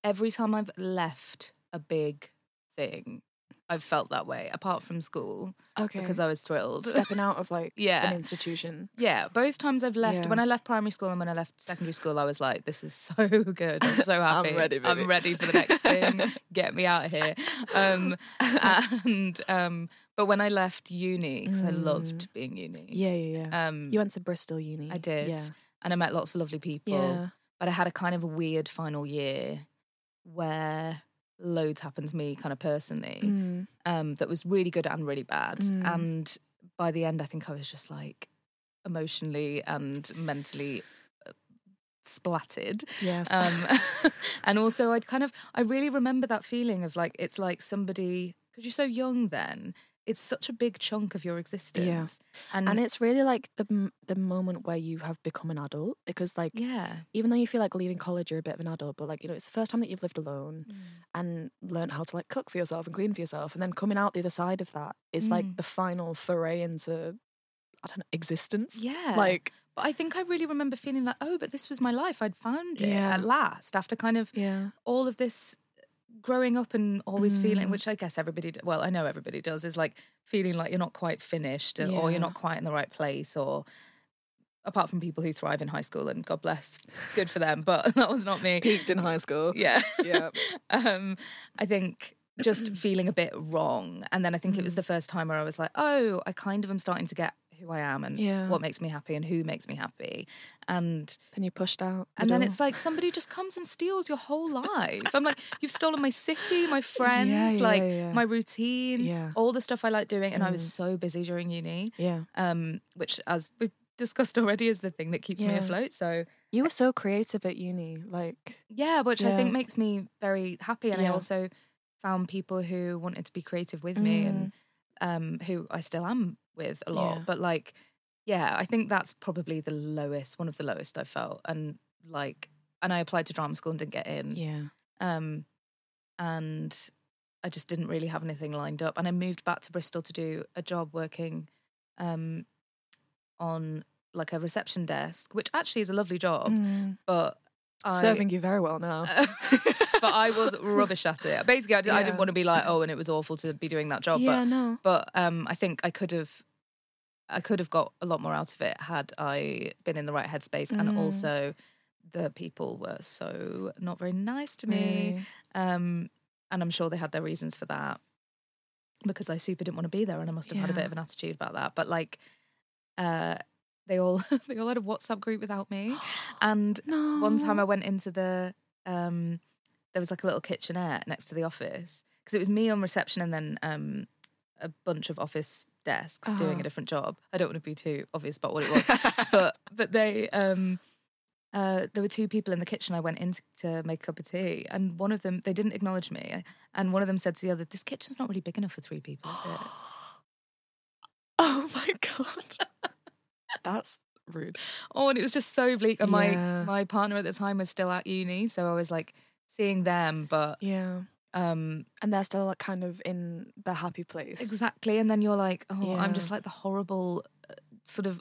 Speaker 3: every time I've left a big thing, I've felt that way. Apart from school,
Speaker 2: Okay.
Speaker 3: [LAUGHS] because I was thrilled.
Speaker 2: stepping out of like
Speaker 3: Yeah.
Speaker 2: an institution.
Speaker 3: Yeah, both times I've left.
Speaker 2: Yeah.
Speaker 3: When I left primary school and when I left secondary school, I was like, "This is so [LAUGHS] good.
Speaker 2: [LAUGHS]
Speaker 3: I'm so happy.
Speaker 2: ready, baby."
Speaker 3: I'm ready for the next
Speaker 2: [LAUGHS]
Speaker 3: thing. Get me out of here." Um, and um, but when I left uni, because I loved being uni.
Speaker 2: Yeah, yeah, Mm. yeah.
Speaker 3: Um,
Speaker 2: you went to Bristol Uni.
Speaker 3: I did,
Speaker 2: Yeah.
Speaker 3: and I met lots of lovely people.
Speaker 2: Yeah.
Speaker 3: But I had a kind of a weird final year where loads happened to me, kind of personally
Speaker 2: Mm.
Speaker 3: um, that was really good and really bad.
Speaker 2: Mm.
Speaker 3: And by the end, I think I was just like emotionally and mentally uh, splattered.
Speaker 2: Yes.
Speaker 3: Um, [LAUGHS]
Speaker 2: [LAUGHS]
Speaker 3: and also, I'd kind of, I really remember that feeling of like, it's like somebody, because you're so young then, it's such a big chunk of your existence. And,
Speaker 2: and it's really like the m- the moment where you have become an adult because like
Speaker 3: yeah.
Speaker 2: even though you feel like leaving college you're a bit of an adult but like you know it's the first time that you've lived alone
Speaker 3: Mm.
Speaker 2: and learned how to like cook for yourself and clean for yourself and then coming out the other side of that is
Speaker 3: Mm.
Speaker 2: like the final foray into i don't know existence
Speaker 3: Yeah.
Speaker 2: like
Speaker 3: But I think I really remember feeling like, oh, but this was my life. I'd found it
Speaker 2: Yeah.
Speaker 3: at last after kind of
Speaker 2: yeah
Speaker 3: all of this growing up and always
Speaker 2: Mm.
Speaker 3: feeling which i guess everybody d- well i know everybody does is like feeling like you're not quite finished and- or
Speaker 2: Yeah.
Speaker 3: you're not quite in the right place or apart from people who thrive in high school and god bless good for them but [LAUGHS] that was not me
Speaker 2: peaked in high
Speaker 3: [LAUGHS]
Speaker 2: school [LAUGHS]
Speaker 3: yeah
Speaker 2: yeah
Speaker 3: um i think just feeling a bit wrong and then i think it
Speaker 2: Mm.
Speaker 3: was the first time where i was like oh i kind of am starting to get who i am and
Speaker 2: Yeah.
Speaker 3: what makes me happy and who makes me happy and
Speaker 2: then you pushed out the
Speaker 3: and then
Speaker 2: door.
Speaker 3: it's like somebody just comes and steals your whole life. I'm like, you've stolen my city, my friends,
Speaker 2: [LAUGHS] yeah,
Speaker 3: like
Speaker 2: yeah.
Speaker 3: my routine,
Speaker 2: Yeah. Mm.
Speaker 3: all the stuff I like doing. And I was so busy during uni,
Speaker 2: yeah
Speaker 3: um, which, as we've discussed [LAUGHS] already, is the thing that keeps me
Speaker 2: Yeah.
Speaker 3: afloat. So,
Speaker 2: you were so creative at uni like
Speaker 3: yeah, which I think
Speaker 2: Yeah.
Speaker 3: makes me very happy. And
Speaker 2: Yeah.
Speaker 3: I also found people who wanted to be creative with me and um, who I still am with a lot.
Speaker 2: Mm. Yeah.
Speaker 3: But, like, yeah, I think that's probably the lowest, one of the lowest I felt. And, like, and I applied to drama school and didn't get in.
Speaker 2: yeah
Speaker 3: um, and I just didn't really have anything lined up. And I moved back to Bristol to do a job working um, on like a reception desk, which actually is a lovely job,
Speaker 2: Mm.
Speaker 3: but Oh, I, [LAUGHS] Uh,
Speaker 2: serving you very well now
Speaker 3: but I
Speaker 2: [LAUGHS]
Speaker 3: was rubbish at it. Basically, I, di- I
Speaker 2: Yeah.
Speaker 3: didn't want to be like, oh, and it was awful to be doing that job.
Speaker 2: yeah no
Speaker 3: But but um, I think I could have. I could have got a lot more out of it had I been in the right headspace,
Speaker 2: Mm.
Speaker 3: and also the people were so not very nice to me.
Speaker 2: Really.
Speaker 3: Um, and I'm sure they had their reasons for that because I super didn't want to be there and I must have had a
Speaker 2: Yeah.
Speaker 3: bit of an attitude about that. But like, uh, they all [LAUGHS] they all had a WhatsApp group without
Speaker 2: [GASPS]
Speaker 3: me. And one time I went into the um, there was like a little kitchenette next to the office because it was me on reception and then um, a bunch of office desks doing
Speaker 2: Uh-huh.
Speaker 3: a different job. I don't want to be too obvious about what it was, but but they um, uh, there were two people in the kitchen. I went in to, to make a cup of tea, and one of them they didn't acknowledge me, and one of them said to the other, "This kitchen's not really big enough for three people, is it?"
Speaker 2: Oh my [LAUGHS] god. That's [GASPS] rude.
Speaker 3: Oh, and it was just so bleak. And
Speaker 2: Yeah.
Speaker 3: my my partner at the time was still at uni, so I was like seeing them, but
Speaker 2: Yeah.
Speaker 3: um
Speaker 2: And they're still like kind of in the happy place.
Speaker 3: exactly. And then you're like, oh,
Speaker 2: Yeah.
Speaker 3: I'm just like the horrible uh, sort of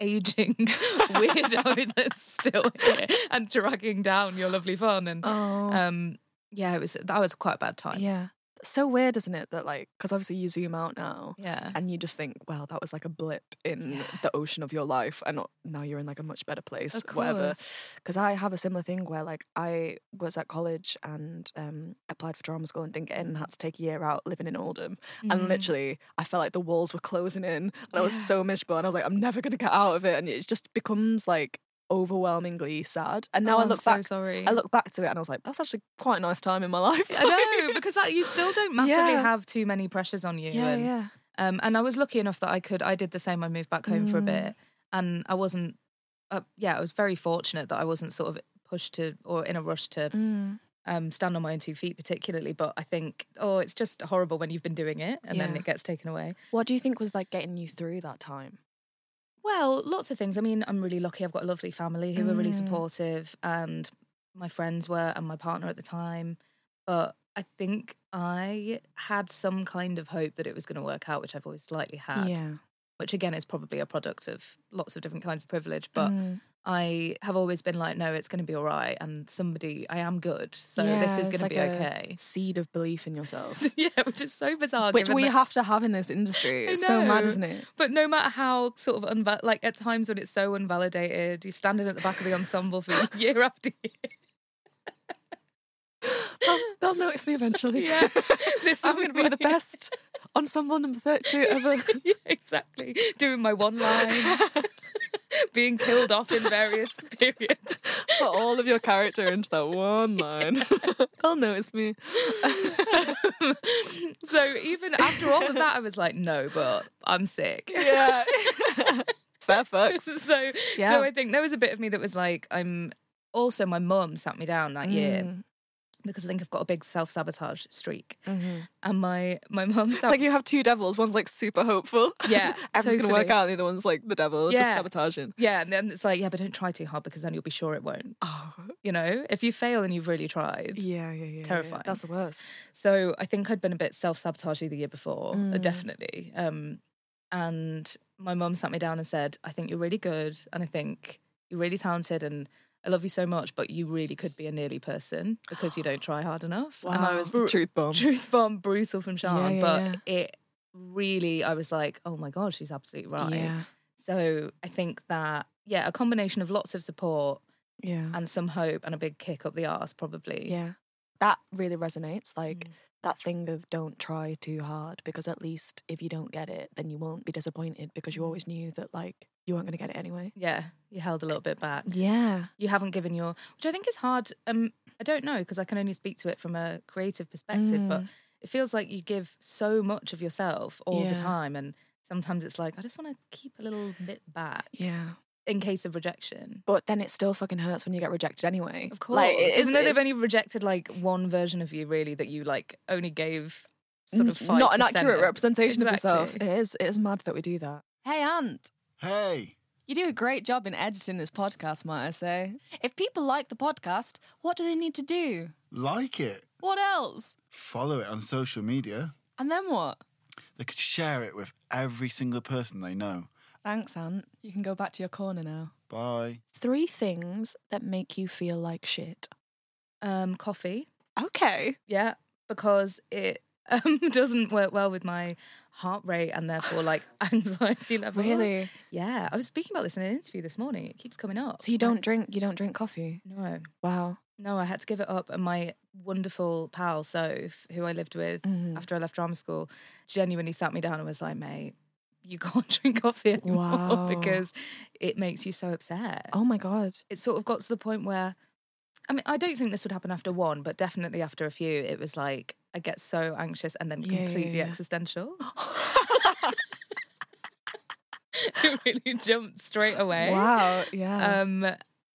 Speaker 3: aging [LAUGHS] weirdo [LAUGHS]
Speaker 2: [LAUGHS]
Speaker 3: that's still here and dragging down your lovely fun. And
Speaker 2: Oh.
Speaker 3: um, yeah, it was that was quite a bad time.
Speaker 2: yeah. So weird, isn't it? That like, because obviously you zoom out now.
Speaker 3: Yeah.
Speaker 2: And you just think, well, that was like a blip in the ocean of your life, and not- now you're in like a much better place,
Speaker 3: Of
Speaker 2: whatever. Because I have a similar thing where like I was at college and um, applied for drama school and didn't get in, and had to take a year out living in Oldham,
Speaker 3: Mm.
Speaker 2: and literally I felt like the walls were closing in, and I was so miserable, and I was like, I'm never gonna get out of it, and it just becomes like overwhelmingly sad. And now
Speaker 3: Oh,
Speaker 2: I
Speaker 3: I'm
Speaker 2: look
Speaker 3: so
Speaker 2: back,
Speaker 3: sorry.
Speaker 2: I look back to it and I was like, that's actually quite a nice time in my [LAUGHS] life.
Speaker 3: [LAUGHS] I know because like, you still don't massively
Speaker 2: Yeah.
Speaker 3: have too many pressures on you.
Speaker 2: yeah,
Speaker 3: and,
Speaker 2: yeah.
Speaker 3: Um, and I was lucky enough that I could. I did the same. I moved back home
Speaker 2: Mm.
Speaker 3: for a bit, and I wasn't. Uh, yeah, I was very fortunate that I wasn't sort of pushed to or in a rush to
Speaker 2: Mm.
Speaker 3: um, stand on my own two feet, particularly. But I think, oh, it's just horrible when you've been doing it and then
Speaker 2: Yeah.
Speaker 3: it gets taken away.
Speaker 2: What do you think was like getting you through that time?
Speaker 3: Well, lots of things. I mean, I'm really lucky. I've got a lovely family who were really
Speaker 2: Mm.
Speaker 3: supportive, and my friends were, and my partner at the time. But I think I had some kind of hope that it was going to work out, which I've always slightly had.
Speaker 2: Yeah.
Speaker 3: Which again is probably a product of lots of different kinds of privilege. But
Speaker 2: Mm.
Speaker 3: I have always been like, no, it's going to be all right, and somebody, I am good, so this is going to be okay. [LAUGHS]
Speaker 2: Seed of belief in [LAUGHS] yourself.
Speaker 3: yeah, which is so bizarre.
Speaker 2: Which
Speaker 3: given
Speaker 2: we
Speaker 3: that-
Speaker 2: have to have in this industry.
Speaker 3: I
Speaker 2: It's so mad,
Speaker 3: know.
Speaker 2: isn't [LAUGHS] it?
Speaker 3: But no matter how sort of unva- like at times when it's so unvalidated, you're standing at the back of the ensemble for year after year.
Speaker 2: They'll, they'll notice me eventually.
Speaker 3: [LAUGHS]
Speaker 2: [LAUGHS]
Speaker 3: this
Speaker 2: I'm going to [LAUGHS] be the best ensemble number 32 [LAUGHS] ever.
Speaker 3: [LAUGHS] yeah, exactly. Doing my one line, [LAUGHS] being killed off in various [LAUGHS] periods.
Speaker 2: Put all of your character into that one line. [LAUGHS] they'll notice me.
Speaker 3: so even after all of that, I was like, no, but I'm sick.
Speaker 2: Yeah. [LAUGHS] Fair fucks.
Speaker 3: [LAUGHS] so
Speaker 2: Yeah.
Speaker 3: so I think there was a bit of me that was like, I'm also my mum sat me down that year
Speaker 2: Mm.
Speaker 3: because I think I've got a big self sabotage streak.
Speaker 2: Mm-hmm.
Speaker 3: And my my mum
Speaker 2: It's
Speaker 3: sat
Speaker 2: like you have two devils. One's like super hopeful. [LAUGHS]
Speaker 3: Yeah,
Speaker 2: Everything's going to work
Speaker 3: totally.
Speaker 2: out. And the other one's like the devil, just
Speaker 3: Yeah.
Speaker 2: sabotaging.
Speaker 3: Yeah, and then it's like, yeah, but don't try too hard because then you'll be sure it won't.
Speaker 2: Oh,
Speaker 3: You know, if you fail and you've really tried.
Speaker 2: yeah, yeah, yeah, yeah.
Speaker 3: Terrifying.
Speaker 2: That's the worst.
Speaker 3: So I think I'd been a bit self sabotaging the year before, uh,
Speaker 2: Mm.
Speaker 3: definitely. Um, and my mum sat me down and said, I think you're really good. And I think you're really talented. And I love you so much, but you really could be a nearly person because you don't try hard enough. And I was
Speaker 2: the [LAUGHS] truth bomb.
Speaker 3: truth bomb, brutal from Sean.
Speaker 2: um yeah,
Speaker 3: but it really, I was like, oh my God, she's absolutely right.
Speaker 2: Yeah,
Speaker 3: So I think that, yeah, a combination of lots of support
Speaker 2: yeah,
Speaker 3: and some hope and a big kick up the arse, probably. Mm.
Speaker 2: yeah. That really resonates. Like that thing of don't try too hard because at least if you don't get it, then you won't be disappointed because you always knew that like you weren't going to get it anyway.
Speaker 3: Yeah, you held a little bit back.
Speaker 2: Yeah,
Speaker 3: You haven't given your, which I think is hard. Um, I don't know because I can only speak to it from a creative perspective, but
Speaker 2: Mm.
Speaker 3: it feels like you give so much of yourself all the
Speaker 2: Yeah.
Speaker 3: time, and sometimes it's like I just want to keep a little bit back
Speaker 2: yeah.
Speaker 3: in case of rejection.
Speaker 2: But then it still fucking hurts when you get rejected anyway.
Speaker 3: Of course,
Speaker 2: like, it is-
Speaker 3: even though
Speaker 2: it's
Speaker 3: they've only rejected like one version of you, really, that you like only gave sort of five.
Speaker 2: not an accurate representation of yourself.
Speaker 3: Exactly.
Speaker 2: It is. It is mad that we do that. Hey, Ant.
Speaker 4: Hey,
Speaker 1: You do a great job in editing this podcast, might I say. If people like the podcast, what do they need to do?
Speaker 4: like it.
Speaker 1: What else?
Speaker 4: Follow it on social media.
Speaker 1: And then what?
Speaker 4: They could share it with every single person they know.
Speaker 1: Thanks, Ant. You can go back to your corner now.
Speaker 4: Bye.
Speaker 2: Three things that make you feel like shit.
Speaker 3: Um, coffee.
Speaker 2: Okay.
Speaker 3: Yeah, because it [LAUGHS] um, doesn't work well with my heart rate and
Speaker 2: [SIGHS]
Speaker 3: therefore like anxiety level.
Speaker 2: Really?
Speaker 3: Yeah, I was speaking about this in an interview this morning. It keeps coming up.
Speaker 2: So you don't drink. You don't drink coffee.
Speaker 3: No,
Speaker 2: Wow.
Speaker 3: no, I had to give it up. And my wonderful pal Soph, who I lived with
Speaker 2: Mm.
Speaker 3: after I left drama school, genuinely sat me down and was like, "Mate, you [LAUGHS] can't drink coffee anymore
Speaker 2: Wow.
Speaker 3: because it makes you so upset."
Speaker 2: Oh my god.
Speaker 3: it sort of got to the point where I mean, I don't think this would happen after one, but definitely after a few, it was like I get so anxious and then
Speaker 2: Yeah, yeah,
Speaker 3: completely
Speaker 2: yeah. [LAUGHS]
Speaker 3: existential. [LAUGHS] it really jumped straight away.
Speaker 2: Wow. Yeah.
Speaker 3: Um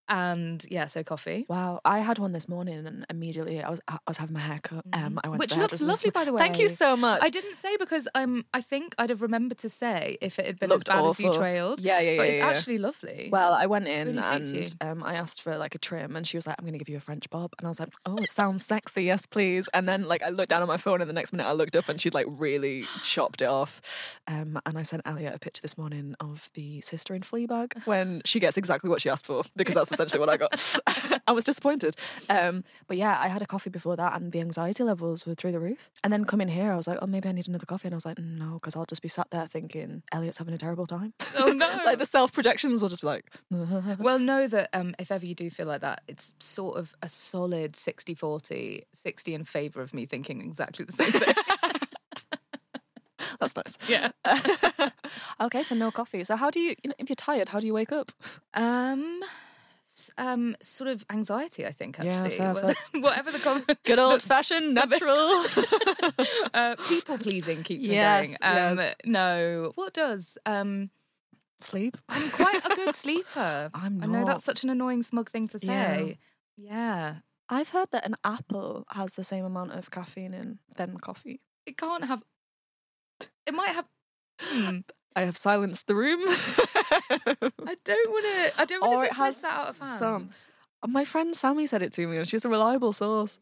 Speaker 3: and yeah, so coffee.
Speaker 2: wow. I had one this morning and immediately I was I was having my haircut. Um, I went
Speaker 3: Mm-hmm. Which
Speaker 2: to the
Speaker 3: looks
Speaker 2: hairdresser this
Speaker 3: lovely, by the
Speaker 2: morning.
Speaker 3: way.
Speaker 2: Thank you so much.
Speaker 3: I didn't say because um I think I'd have remembered to say if it had been
Speaker 2: Looked
Speaker 3: as bad as you
Speaker 2: awful.
Speaker 3: trailed.
Speaker 2: Yeah, yeah,
Speaker 3: But
Speaker 2: yeah,
Speaker 3: it's
Speaker 2: yeah.
Speaker 3: actually lovely.
Speaker 2: Well, I went in
Speaker 3: Really suits you.
Speaker 2: and um, I asked for like a trim, and she was like, "I'm going to give you a French bob," and I was like, "Oh, it sounds sexy, yes, please." And then like I looked down at my phone, and the next minute I looked up, and she'd like really chopped it off. Um, and I sent Elliot a picture this morning of the sister in Fleabag when she gets exactly what she asked
Speaker 3: [LAUGHS]
Speaker 2: for because that's essentially what I got. [LAUGHS] I was disappointed, um, but yeah, I had a coffee before that, and the anxiety levels were through the roof. And then coming here, I was like, "Oh, maybe I need another coffee," and I was like, "No," because I'll just be sat there thinking Elliot's having a terrible time.
Speaker 3: Oh, no.
Speaker 2: [LAUGHS] like the self projections will just be like. [LAUGHS]
Speaker 3: Well, know that um, if ever you do feel like that, it's sort of a solid 60 40, 60 in favor of me thinking exactly the
Speaker 2: [LAUGHS]
Speaker 3: same thing.
Speaker 2: That's nice. [LAUGHS]
Speaker 3: yeah. [LAUGHS]
Speaker 2: Okay, so no coffee. So how do you, you know, if you're tired, how do you wake up?
Speaker 3: Um, s- um, sort of anxiety, I think,
Speaker 2: Yeah,
Speaker 3: actually.
Speaker 2: fair,
Speaker 3: Well, [LAUGHS] Whatever the com-
Speaker 2: [LAUGHS] Good old fashioned natural.
Speaker 3: uh, people pleasing keeps me
Speaker 2: Yes,
Speaker 3: going. Um,
Speaker 2: yes.
Speaker 3: No, what does? Um,
Speaker 2: [LAUGHS] Sleep.
Speaker 3: I'm quite
Speaker 2: [LAUGHS]
Speaker 3: a good sleeper.
Speaker 2: I'm
Speaker 3: I know
Speaker 2: not.
Speaker 3: that's such an annoying smug thing to
Speaker 2: Yeah.
Speaker 3: say. Yeah.
Speaker 2: I've heard that an apple has the same amount of caffeine in than coffee.
Speaker 3: It can't have. It
Speaker 2: [LAUGHS]
Speaker 3: might have. Hmm.
Speaker 2: I have silenced the room. [LAUGHS]
Speaker 3: I don't want to. I don't
Speaker 2: Or
Speaker 3: want to
Speaker 2: it
Speaker 3: dismiss
Speaker 2: has
Speaker 3: that out of hand.
Speaker 2: some. My friend Sammy said it to me, and she's a reliable source.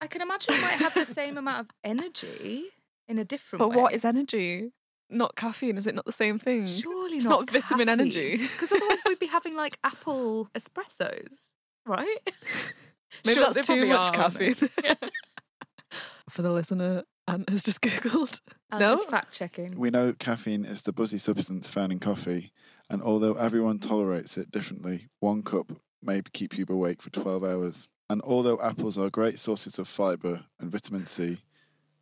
Speaker 3: I can imagine it might have the same amount of energy in a different.
Speaker 2: But
Speaker 3: way.
Speaker 2: what is energy? Not caffeine. Is it not the same thing?
Speaker 3: Surely
Speaker 2: It's
Speaker 3: not,
Speaker 2: not vitamin energy.
Speaker 3: Because otherwise we'd be having like apple espressos, right?
Speaker 2: [LAUGHS] Maybe
Speaker 3: Sure, they
Speaker 2: that's too
Speaker 3: probably
Speaker 2: much
Speaker 3: are.
Speaker 2: caffeine. [LAUGHS] For the listener, Ant has just googled.
Speaker 3: I'm
Speaker 2: No?
Speaker 3: just fact checking.
Speaker 4: We know caffeine is the buzzy substance found in coffee, and although everyone tolerates it differently, one cup may keep you awake for 12 hours. And although apples are great sources of fiber and vitamin C,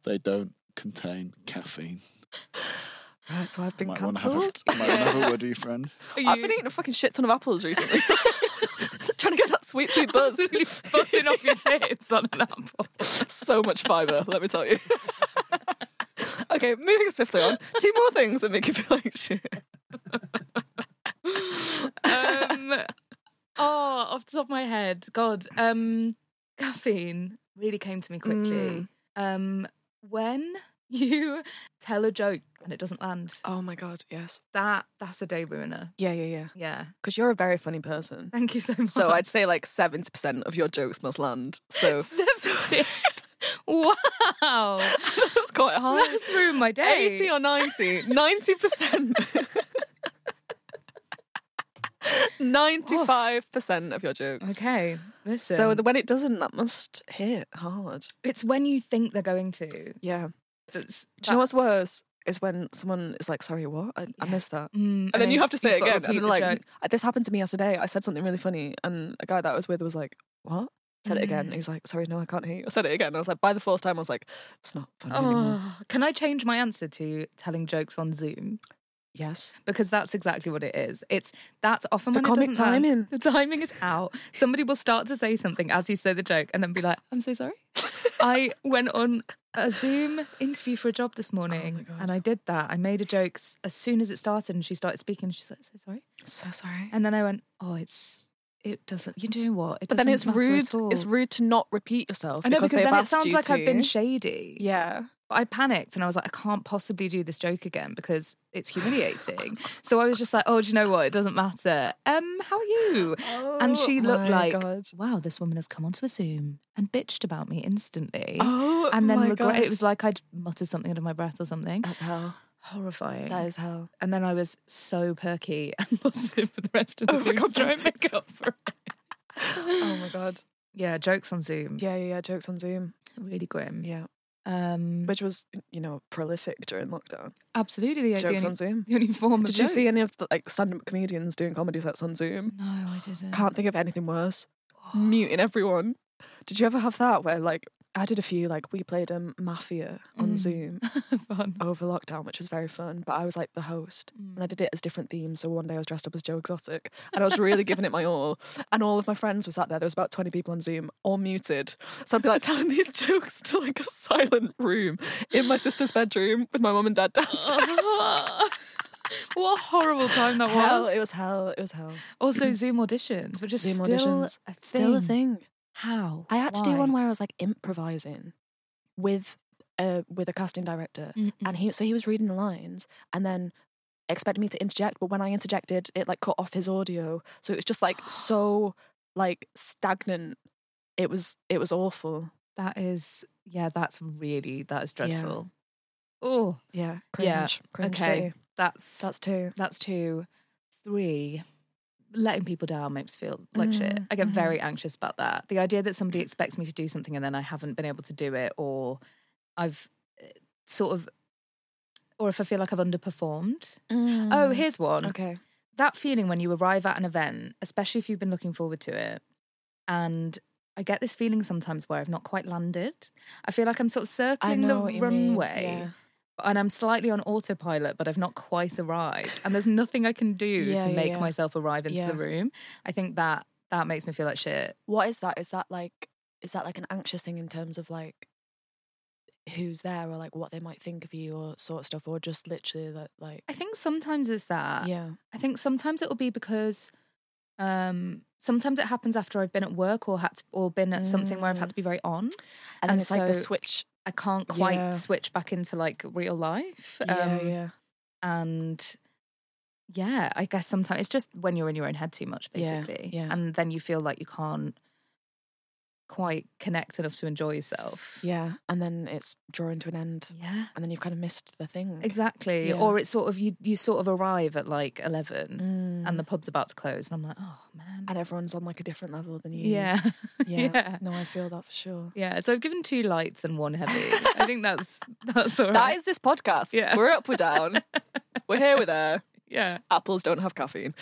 Speaker 4: they don't contain caffeine.
Speaker 2: Right, so I've been
Speaker 4: might want to have a,
Speaker 2: cancelled.
Speaker 4: might wanna have a word with your friend.
Speaker 2: I've been eating a fucking shit ton of apples recently. [LAUGHS] Trying to get that sweet, sweet [LAUGHS] buzz.
Speaker 3: absolutely buzzing off [LAUGHS] your tits on an apple.
Speaker 2: [LAUGHS] so much fibre, let me tell you. [LAUGHS] okay, moving swiftly on. Two more things that make you feel like shit.
Speaker 3: Um, oh, off the top of my head, God, um, caffeine really came to me
Speaker 2: Mm.
Speaker 3: quickly. Um, when [LAUGHS] you tell a joke and it doesn't land,
Speaker 2: Oh my god, yes.
Speaker 3: that that's a day ruiner.
Speaker 2: Yeah, yeah, yeah.
Speaker 3: Yeah, [LAUGHS]
Speaker 2: Because you're a very funny person.
Speaker 3: thank you so
Speaker 2: [LAUGHS]
Speaker 3: much.
Speaker 2: So I'd say like 70% of your jokes must land. So
Speaker 3: [LAUGHS] Seventy. wow.
Speaker 2: [LAUGHS] that's quite high. [LAUGHS]
Speaker 3: That's ruined my day.
Speaker 2: 80 or 90? 90%. 95% of your jokes.
Speaker 3: okay. Listen.
Speaker 2: So the, when it doesn't, that must hit hard.
Speaker 3: it's when you think they're going to.
Speaker 2: Yeah.
Speaker 3: That's,
Speaker 2: Do you know what's worse? Is when someone is like, sorry, what? I, I missed that.
Speaker 3: Mm,
Speaker 2: And, then, you have to say it
Speaker 3: you've
Speaker 2: again.
Speaker 3: gotta
Speaker 2: And
Speaker 3: repeat
Speaker 2: then
Speaker 3: the
Speaker 2: like,
Speaker 3: joke.
Speaker 2: Uh, this happened to me yesterday. I said something really funny, and a guy that I was with was like, what? Said it again. He was like, sorry, no, I can't hear you. I said it again. I was like, by the fourth time, I was like, it's not funny anymore.
Speaker 3: Oh, can I change my answer to telling jokes on Zoom?
Speaker 2: Yes.
Speaker 3: Because that's exactly what it is. It's that's often
Speaker 2: The
Speaker 3: when
Speaker 2: comic
Speaker 3: it doesn't land.
Speaker 2: timing.
Speaker 3: The timing is out. Somebody will start to say something as you say the joke, and then be like, "I'm
Speaker 2: [LAUGHS]
Speaker 3: so sorry." I went on a Zoom interview for a job this morning,
Speaker 2: Oh God.
Speaker 3: and I did that. I made a joke s- as soon as it started, and she started speaking. She's like, "So sorry,"
Speaker 2: So sorry.
Speaker 3: and then I went, "Oh, it's it doesn't. You know what? It
Speaker 2: But then
Speaker 3: doesn't
Speaker 2: it's
Speaker 3: matter
Speaker 2: rude.
Speaker 3: at all."
Speaker 2: It's rude to not repeat yourself.
Speaker 3: I know because,
Speaker 2: they've
Speaker 3: then it
Speaker 2: asked
Speaker 3: sounds
Speaker 2: you
Speaker 3: like I've been
Speaker 2: to.
Speaker 3: shady.
Speaker 2: yeah.
Speaker 3: But I panicked and I was like, I can't possibly do this joke again because it's [LAUGHS] humiliating. so I was just like, oh, do you know what? It doesn't matter. Um, how are you? and she looked
Speaker 2: Oh my
Speaker 3: like,
Speaker 2: God.
Speaker 3: wow, this woman has come onto a Zoom and bitched about me instantly.
Speaker 2: Oh,
Speaker 3: and then
Speaker 2: my
Speaker 3: regret.
Speaker 2: God.
Speaker 3: It was like I'd muttered something under my breath or something.
Speaker 2: That's [GASPS] hell.
Speaker 3: Horrifying.
Speaker 2: That is hell.
Speaker 3: and then I was so perky [LAUGHS] and positive for the rest of the Zoom to try and make up for it.
Speaker 2: Oh my god.
Speaker 3: Yeah, jokes on Zoom.
Speaker 2: Yeah, yeah, yeah. Jokes on Zoom.
Speaker 3: Really grim.
Speaker 2: Yeah,
Speaker 3: Um,
Speaker 2: which was you know prolific during lockdown.
Speaker 3: absolutely the, the
Speaker 2: jokes on
Speaker 3: only,
Speaker 2: Zoom.
Speaker 3: the only form of
Speaker 2: Did you
Speaker 3: joke.
Speaker 2: see any of the like stand-up comedians doing comedy sets on Zoom?
Speaker 3: No, I didn't. Oh,
Speaker 2: Can't think of anything [GASPS] worse. Muting everyone. Did you ever have that where like I did a few like we played um, Mafia on
Speaker 3: Mm.
Speaker 2: Zoom
Speaker 3: [LAUGHS] Fun.
Speaker 2: over lockdown, which was very fun. But I was like the host, and I
Speaker 3: Mm.
Speaker 2: did it as different themes. So one day I was dressed up as Joe Exotic, and I was really giving it my all. And all of my friends were sat there. There was about twenty people on Zoom, all muted. So I'd be like telling these [LAUGHS] jokes to like a silent room in my sister's bedroom with my mum and
Speaker 3: [LAUGHS] Oh,
Speaker 2: dad downstairs.
Speaker 3: what a horrible time that
Speaker 2: Hell,
Speaker 3: was.
Speaker 2: it was hell. It was hell.
Speaker 3: Also, Zoom auditions, which is
Speaker 2: Zoom
Speaker 3: still,
Speaker 2: auditions.
Speaker 3: A thing.
Speaker 2: Still a thing.
Speaker 3: How?
Speaker 2: I had to do
Speaker 3: Why?
Speaker 2: one where I was like improvising with uh, with a casting director,
Speaker 3: Mm-mm.
Speaker 2: and he so he was reading the lines and then expected me to interject, but when I interjected, it like cut off his audio, so it was just like
Speaker 3: [GASPS]
Speaker 2: so like stagnant. It was it was awful.
Speaker 3: That is, yeah, that's really, that is dreadful. Oh,
Speaker 2: Yeah, cringe.
Speaker 3: Yeah,
Speaker 2: Cringe
Speaker 3: okay.
Speaker 2: city.
Speaker 3: that's, that's
Speaker 2: That's two.
Speaker 3: two, three. Letting people down makes me feel like shit.
Speaker 2: Mm,
Speaker 3: I get
Speaker 2: mhm.
Speaker 3: very anxious about that. The idea that somebody expects me to do something and then I haven't been able to do it, or I've eh, sort of, or if I feel like I've underperformed.
Speaker 2: Mm.
Speaker 3: Oh, here's one.
Speaker 2: okay.
Speaker 3: that feeling when you arrive at an event, especially if you've been looking forward to it, and I get this feeling sometimes where I've not quite landed. I feel like I'm sort of circling the runway and I'm slightly on autopilot, but I've not quite arrived. And there's nothing I can do
Speaker 2: Yeah,
Speaker 3: to
Speaker 2: yeah,
Speaker 3: make
Speaker 2: yeah.
Speaker 3: myself arrive into
Speaker 2: Yeah.
Speaker 3: the room. I think that That makes me feel like shit.
Speaker 2: What is that? Is that like is that like an anxious thing in terms of like who's there or like what they might think of you or sort of stuff or just literally that like
Speaker 3: I think sometimes it's that.
Speaker 2: yeah
Speaker 3: I think sometimes it will be because um sometimes it happens after I've been at work or had to, or been at something where I've
Speaker 2: Mm.
Speaker 3: had to be very on.
Speaker 2: and,
Speaker 3: And
Speaker 2: it's like the
Speaker 3: so-
Speaker 2: switch
Speaker 3: I can't quite
Speaker 2: Yeah.
Speaker 3: switch back into like real life. um,
Speaker 2: yeah yeah
Speaker 3: and yeah, I guess sometimes it's just when you're in your own head too much,
Speaker 2: Yeah,
Speaker 3: basically.
Speaker 2: yeah.
Speaker 3: And then you feel like you can't quite connect enough to enjoy yourself.
Speaker 2: yeah and then it's drawing to an end
Speaker 3: Yeah.
Speaker 2: and then you've kind of missed the thing
Speaker 3: Exactly.
Speaker 2: Yeah.
Speaker 3: Or it's sort of you you sort of arrive at like eleven
Speaker 2: Mm.
Speaker 3: and the pub's about to close and I'm like, oh man.
Speaker 2: and everyone's on like a different level than you
Speaker 3: yeah. [LAUGHS]
Speaker 2: yeah, [LAUGHS]
Speaker 3: yeah.
Speaker 2: no I feel that for sure
Speaker 3: Yeah. So I've given two lights and one heavy. I think that's [LAUGHS] that's all right.
Speaker 2: that is this podcast
Speaker 3: Yeah.
Speaker 2: we're up we're [LAUGHS] down we're here we're there
Speaker 3: yeah.
Speaker 2: apples don't have caffeine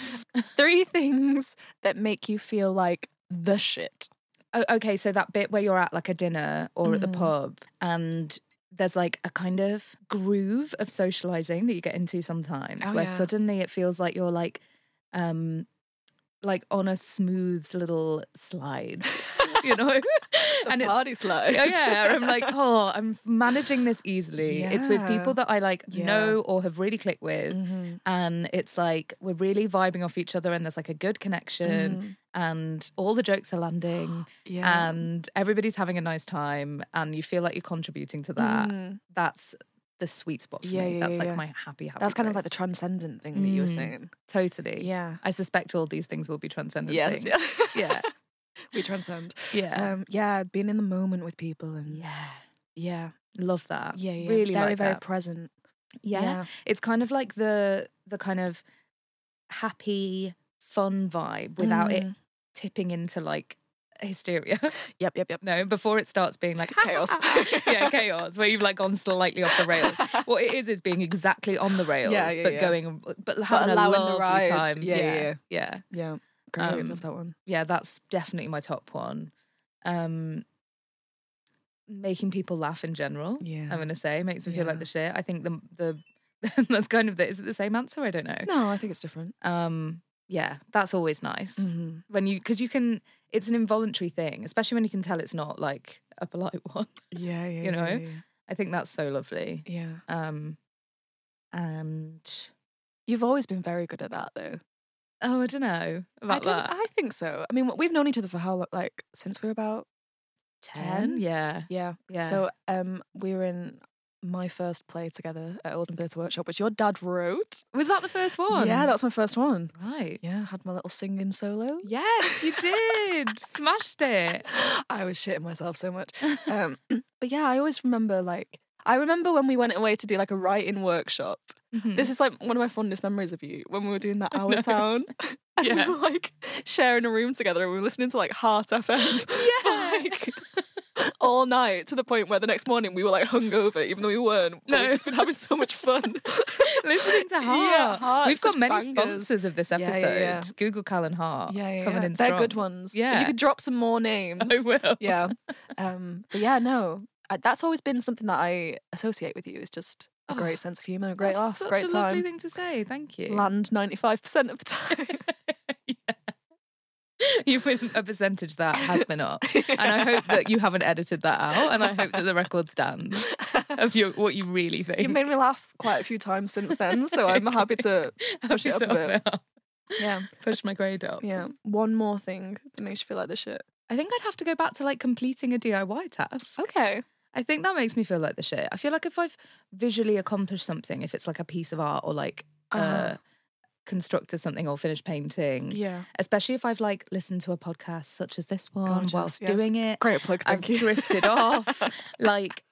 Speaker 2: three things that make you feel like the shit
Speaker 3: Oh, okay, so that bit where you're at like a dinner or
Speaker 2: Mm.
Speaker 3: at the pub and there's like a kind of groove of socializing that you get into sometimes
Speaker 2: Oh,
Speaker 3: where
Speaker 2: yeah.
Speaker 3: suddenly it feels like you're like um like on a smooth little slide, [LAUGHS] you
Speaker 2: [LAUGHS]
Speaker 3: know? and it's
Speaker 2: slide
Speaker 3: Oh, yeah,
Speaker 2: [LAUGHS]
Speaker 3: I'm like, oh, I'm managing this easily. It's with
Speaker 2: Yeah.
Speaker 3: people that I like
Speaker 2: Yeah. Mm.
Speaker 3: know or have really clicked with,
Speaker 2: Mm-hmm.
Speaker 3: and it's like we're really vibing off each other, and there's like a good connection,
Speaker 2: Mm.
Speaker 3: and all the jokes are landing,
Speaker 2: yeah
Speaker 3: and everybody's having a nice time, and you feel like you're contributing to that.
Speaker 2: Mhm.
Speaker 3: That's the sweet spot for
Speaker 2: Yeah,
Speaker 3: me.
Speaker 2: yeah,
Speaker 3: That's
Speaker 2: yeah,
Speaker 3: like
Speaker 2: yeah.
Speaker 3: my happy, happy.
Speaker 2: that's kind of like the
Speaker 3: place.
Speaker 2: transcendent thing that you were
Speaker 3: Mm.
Speaker 2: saying
Speaker 3: totally.
Speaker 2: yeah
Speaker 3: I suspect all these things will be transcendent
Speaker 2: yes
Speaker 3: things.
Speaker 2: [LAUGHS]
Speaker 3: Yeah,
Speaker 2: we transcend
Speaker 3: [LAUGHS] yeah,
Speaker 2: [LAUGHS] um yeah being in the moment with people and
Speaker 3: yeah.
Speaker 2: yeah
Speaker 3: Love that.
Speaker 2: yeah yeah
Speaker 3: Really
Speaker 2: very
Speaker 3: like
Speaker 2: very
Speaker 3: that.
Speaker 2: present
Speaker 3: yeah. it's kind of like the the kind of happy fun vibe without
Speaker 2: Mm.
Speaker 3: it tipping into like hysteria [LAUGHS]
Speaker 2: yep yep [LAUGHS] yep
Speaker 3: no before it starts being like
Speaker 2: Chaos. [LAUGHS]
Speaker 3: [LAUGHS] yeah chaos where you've like gone slightly off the rails what it is is being exactly on the rails
Speaker 2: Yeah, yeah,
Speaker 3: but
Speaker 2: yeah.
Speaker 3: going but having a
Speaker 2: allowing the
Speaker 3: lovely
Speaker 2: ride.
Speaker 3: time
Speaker 2: Yeah, yeah, yeah.
Speaker 3: yeah
Speaker 2: yeah great
Speaker 3: Um,
Speaker 2: love that one
Speaker 3: yeah that's definitely my top one um making people laugh in general
Speaker 2: Yeah.
Speaker 3: i'm gonna say makes me feel
Speaker 2: Yeah.
Speaker 3: like the shit i think the the [LAUGHS] that's kind of the is it the same answer i don't know
Speaker 2: no I think it's different
Speaker 3: um yeah that's always nice
Speaker 2: Mhm.
Speaker 3: when you because you can it's an involuntary thing especially when you can tell it's not like a polite [LAUGHS] one
Speaker 2: yeah yeah
Speaker 3: You
Speaker 2: yeah,
Speaker 3: know?
Speaker 2: yeah, yeah.
Speaker 3: i think that's so lovely
Speaker 2: yeah
Speaker 3: um and
Speaker 2: you've always been very good at that though
Speaker 3: oh i don't know about
Speaker 2: I don't-
Speaker 3: that
Speaker 2: I think so. I mean, we've known each other for how long? Like since we were about 10?
Speaker 3: yeah
Speaker 2: yeah.
Speaker 3: yeah
Speaker 2: So um, we were in my first play together at Oldham Theatre Workshop, which your dad wrote.
Speaker 3: was that the first one
Speaker 2: Yeah, that was my first one.
Speaker 3: right
Speaker 2: Yeah, I had my little singing solo.
Speaker 3: yes you
Speaker 2: [LAUGHS]
Speaker 3: did smashed it
Speaker 2: I was shitting myself so
Speaker 3: [LAUGHS]
Speaker 2: much. Um, [CLEARS THROAT] but yeah, I always remember like I remember when we went away to do like a writing workshop.
Speaker 3: Mm-hmm.
Speaker 2: This is like one of my fondest memories of you when we were doing that Our Town. [LAUGHS]
Speaker 3: [LAUGHS]
Speaker 2: And
Speaker 3: Yeah.
Speaker 2: we were like sharing a room together and we were listening to like Heart
Speaker 3: [LAUGHS]
Speaker 2: FM [LAUGHS] for,
Speaker 3: Yeah.
Speaker 2: like all night to the point where the next morning we were like hungover, even though we weren't. But
Speaker 3: No.
Speaker 2: we've just been having so much
Speaker 3: [LAUGHS]
Speaker 2: fun. [LAUGHS]
Speaker 3: Listening to Heart.
Speaker 2: Yeah, Heart,
Speaker 3: We've got
Speaker 2: such
Speaker 3: many
Speaker 2: bangers.
Speaker 3: sponsors of this
Speaker 2: Yeah, yeah,
Speaker 3: episode.
Speaker 2: yeah.
Speaker 3: Google Cal and Heart.
Speaker 2: Yeah, yeah,
Speaker 3: coming
Speaker 2: yeah.
Speaker 3: in
Speaker 2: They're
Speaker 3: strong.
Speaker 2: good ones. If
Speaker 3: Yeah.
Speaker 2: you could drop some more names.
Speaker 3: [LAUGHS] I will.
Speaker 2: yeah. Um, but yeah, no, I, that's always been something that I associate with you. Is just a
Speaker 3: Oh,
Speaker 2: great sense of humor, a great
Speaker 3: That's
Speaker 2: laugh,
Speaker 3: such
Speaker 2: great
Speaker 3: a
Speaker 2: time.
Speaker 3: lovely thing to say. Thank you.
Speaker 2: Land ninety five percent of the [LAUGHS] time.
Speaker 3: [LAUGHS] you win a percentage that has
Speaker 2: [LAUGHS]
Speaker 3: been up. And I hope that you haven't edited that out. And I hope that the record
Speaker 2: [LAUGHS]
Speaker 3: stands of your, what you really think.
Speaker 2: you made me laugh quite a few times since
Speaker 3: [LAUGHS]
Speaker 2: then, so I'm happy to
Speaker 3: How
Speaker 2: push
Speaker 3: she
Speaker 2: it up a
Speaker 3: sort [LAUGHS] of
Speaker 2: bit.
Speaker 3: up.
Speaker 2: Yeah,
Speaker 3: [LAUGHS] Push my grade up.
Speaker 2: yeah. One more thing that makes you feel like the shit.
Speaker 3: I think I'd have to go back to like completing a DIY task.
Speaker 2: Okay.
Speaker 3: I think that makes me feel like the shit. I feel like if I've visually accomplished something, if it's like a piece of art or like uh,
Speaker 2: Uh-huh.
Speaker 3: constructed something or finished painting,
Speaker 2: Yeah.
Speaker 3: especially if I've like listened to a podcast such as this one
Speaker 2: Gorgeous,
Speaker 3: whilst
Speaker 2: yes.
Speaker 3: doing it,
Speaker 2: Great plug.
Speaker 3: I've
Speaker 2: Thank you.
Speaker 3: drifted [LAUGHS] off. Like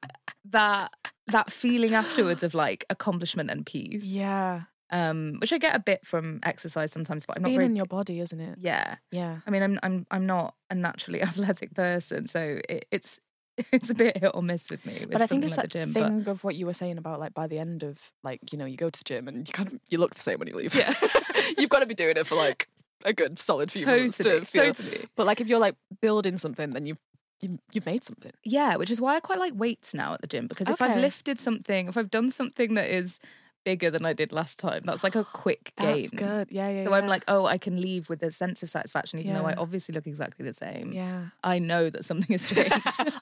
Speaker 3: that that feeling afterwards of like accomplishment and peace.
Speaker 2: Yeah.
Speaker 3: Um, which I get a bit from exercise sometimes, but I'm not
Speaker 2: Being
Speaker 3: very
Speaker 2: in your body, isn't it?
Speaker 3: Yeah.
Speaker 2: Yeah.
Speaker 3: I mean I'm I'm I'm not a naturally [LAUGHS] athletic person, so it, it's [LAUGHS] it's a bit hit or miss with me with
Speaker 2: But I think
Speaker 3: something
Speaker 2: it's
Speaker 3: like
Speaker 2: that
Speaker 3: the gym.
Speaker 2: thing of what you were saying about like by the end of like you know you go to the gym and you kind of you look the same when you leave.
Speaker 3: Yeah.
Speaker 2: [LAUGHS] you've got to be doing it for like a good solid
Speaker 3: But
Speaker 2: few months
Speaker 3: totally,
Speaker 2: to feel.
Speaker 3: totally.
Speaker 2: But like if you're like building something, then you've you, you've made something.
Speaker 3: Yeah, which is why I quite like weights now at the gym because if I've
Speaker 2: Okay.
Speaker 3: lifted something, if I've done something that is bigger than I did last time. That's like a quick gain.
Speaker 2: That's good. Yeah, yeah.
Speaker 3: So
Speaker 2: yeah.
Speaker 3: I'm like, oh, I can leave with a sense of satisfaction, even though I
Speaker 2: Yeah.
Speaker 3: obviously look exactly the
Speaker 2: [LAUGHS]
Speaker 3: same.
Speaker 2: yeah,
Speaker 3: I know that something
Speaker 2: [LAUGHS]
Speaker 3: has changed.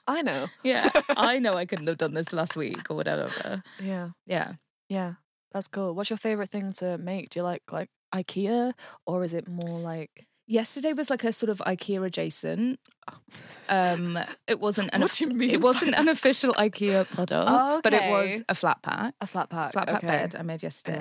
Speaker 2: I know.
Speaker 3: yeah. I know I couldn't have done this last week or whatever.
Speaker 2: Yeah,
Speaker 3: Yeah.
Speaker 2: yeah. That's cool. What's your favorite thing to make? Do you like like IKEA or is it more like?
Speaker 3: Yesterday was like a sort of IKEA adjacent.
Speaker 2: [LAUGHS]
Speaker 3: Um, it wasn't an
Speaker 2: What do you mean
Speaker 3: it
Speaker 2: by
Speaker 3: wasn't an official IKEA product, but it was
Speaker 2: Okay.
Speaker 3: a flat pack,
Speaker 2: A flat pack.
Speaker 3: flat pack
Speaker 2: okay.
Speaker 3: bed I made yesterday.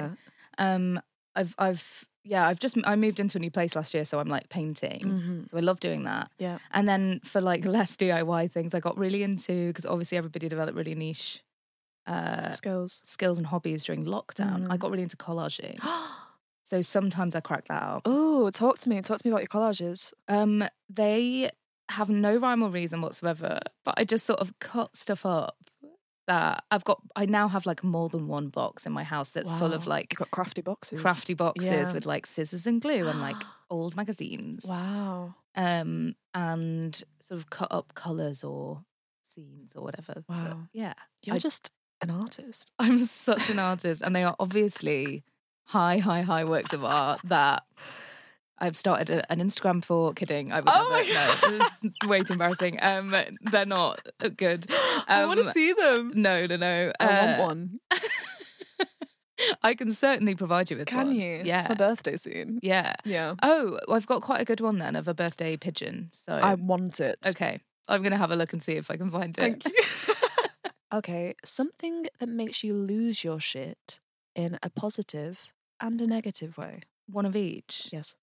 Speaker 2: Yeah.
Speaker 3: Um, I've I've yeah, I've just I moved into a new place last year, so I'm like painting.
Speaker 2: Mhm.
Speaker 3: So I love doing that.
Speaker 2: Yeah.
Speaker 3: And then for like [LAUGHS] less DIY things, I got really into because obviously everybody developed really niche uh,
Speaker 2: Skills.
Speaker 3: skills and hobbies during lockdown. I
Speaker 2: Mhm.
Speaker 3: got really into collaging. So sometimes I crack that out.
Speaker 2: oh, talk to me. Talk to me about your collages.
Speaker 3: Um, they have no rhyme or reason whatsoever, but I just sort of cut stuff up that I've got. I now have like more than one box in my house that's full of
Speaker 2: Wow.
Speaker 3: like
Speaker 2: You've got crafty boxes.
Speaker 3: crafty boxes
Speaker 2: Yeah.
Speaker 3: with like scissors and glue
Speaker 2: [GASPS]
Speaker 3: and like old magazines.
Speaker 2: Wow.
Speaker 3: Um, and sort of cut up colors or scenes or whatever. But
Speaker 2: Wow.
Speaker 3: yeah.
Speaker 2: You're
Speaker 3: I-
Speaker 2: just an artist. [GASPS]
Speaker 3: [LAUGHS] I'm such an artist, and they are obviously high, high, high works of art that I've started a, an Instagram for. Kidding, I would
Speaker 2: Oh
Speaker 3: never.
Speaker 2: my
Speaker 3: No, this is way too embarrassing. Um, they're not uh, good.
Speaker 2: I want to
Speaker 3: Um,
Speaker 2: see them.
Speaker 3: No, no, no.
Speaker 2: I want
Speaker 3: Uh,
Speaker 2: one.
Speaker 3: I can certainly provide you with
Speaker 2: Can
Speaker 3: one.
Speaker 2: you?
Speaker 3: Yeah,
Speaker 2: It's my birthday soon.
Speaker 3: yeah.
Speaker 2: Yeah.
Speaker 3: Oh, I've got quite a good one then of a birthday pigeon. So
Speaker 2: I want it.
Speaker 3: okay, I'm gonna have a look and see if I can find it.
Speaker 2: Thank you. [LAUGHS] okay. Something that makes you lose your shit in a positive and a negative way.
Speaker 3: One of each.
Speaker 2: Yes.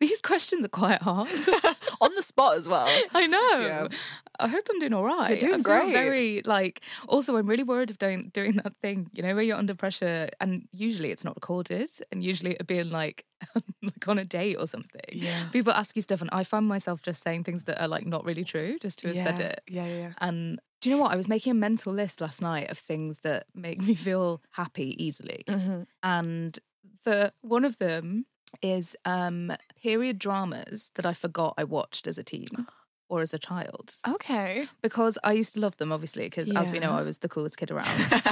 Speaker 3: These questions are quite hard.
Speaker 2: [LAUGHS] On the spot as well.
Speaker 3: I know.
Speaker 2: Yeah.
Speaker 3: I hope I'm doing all right.
Speaker 2: doing
Speaker 3: I feel
Speaker 2: great.
Speaker 3: Very like. Also, I'm really worried of doing doing that thing. You know, where you're under pressure, and usually it's not recorded, and usually it being like [LAUGHS] like on a date or something.
Speaker 2: Yeah.
Speaker 3: People ask you stuff, and I find myself just saying things that are like not really true, just to have said
Speaker 2: Yeah,
Speaker 3: it.
Speaker 2: Yeah, yeah, yeah.
Speaker 3: And do you know what? I was making a mental list last night of things that make me feel happy easily,
Speaker 2: Mm-hmm.
Speaker 3: and the one of them is um period dramas that I forgot I watched as
Speaker 2: [GASPS]
Speaker 3: a teen or as a child
Speaker 2: Okay.
Speaker 3: because I used to love them, obviously, because as we know,
Speaker 2: Yeah.
Speaker 3: I was the coolest
Speaker 2: [LAUGHS]
Speaker 3: kid around.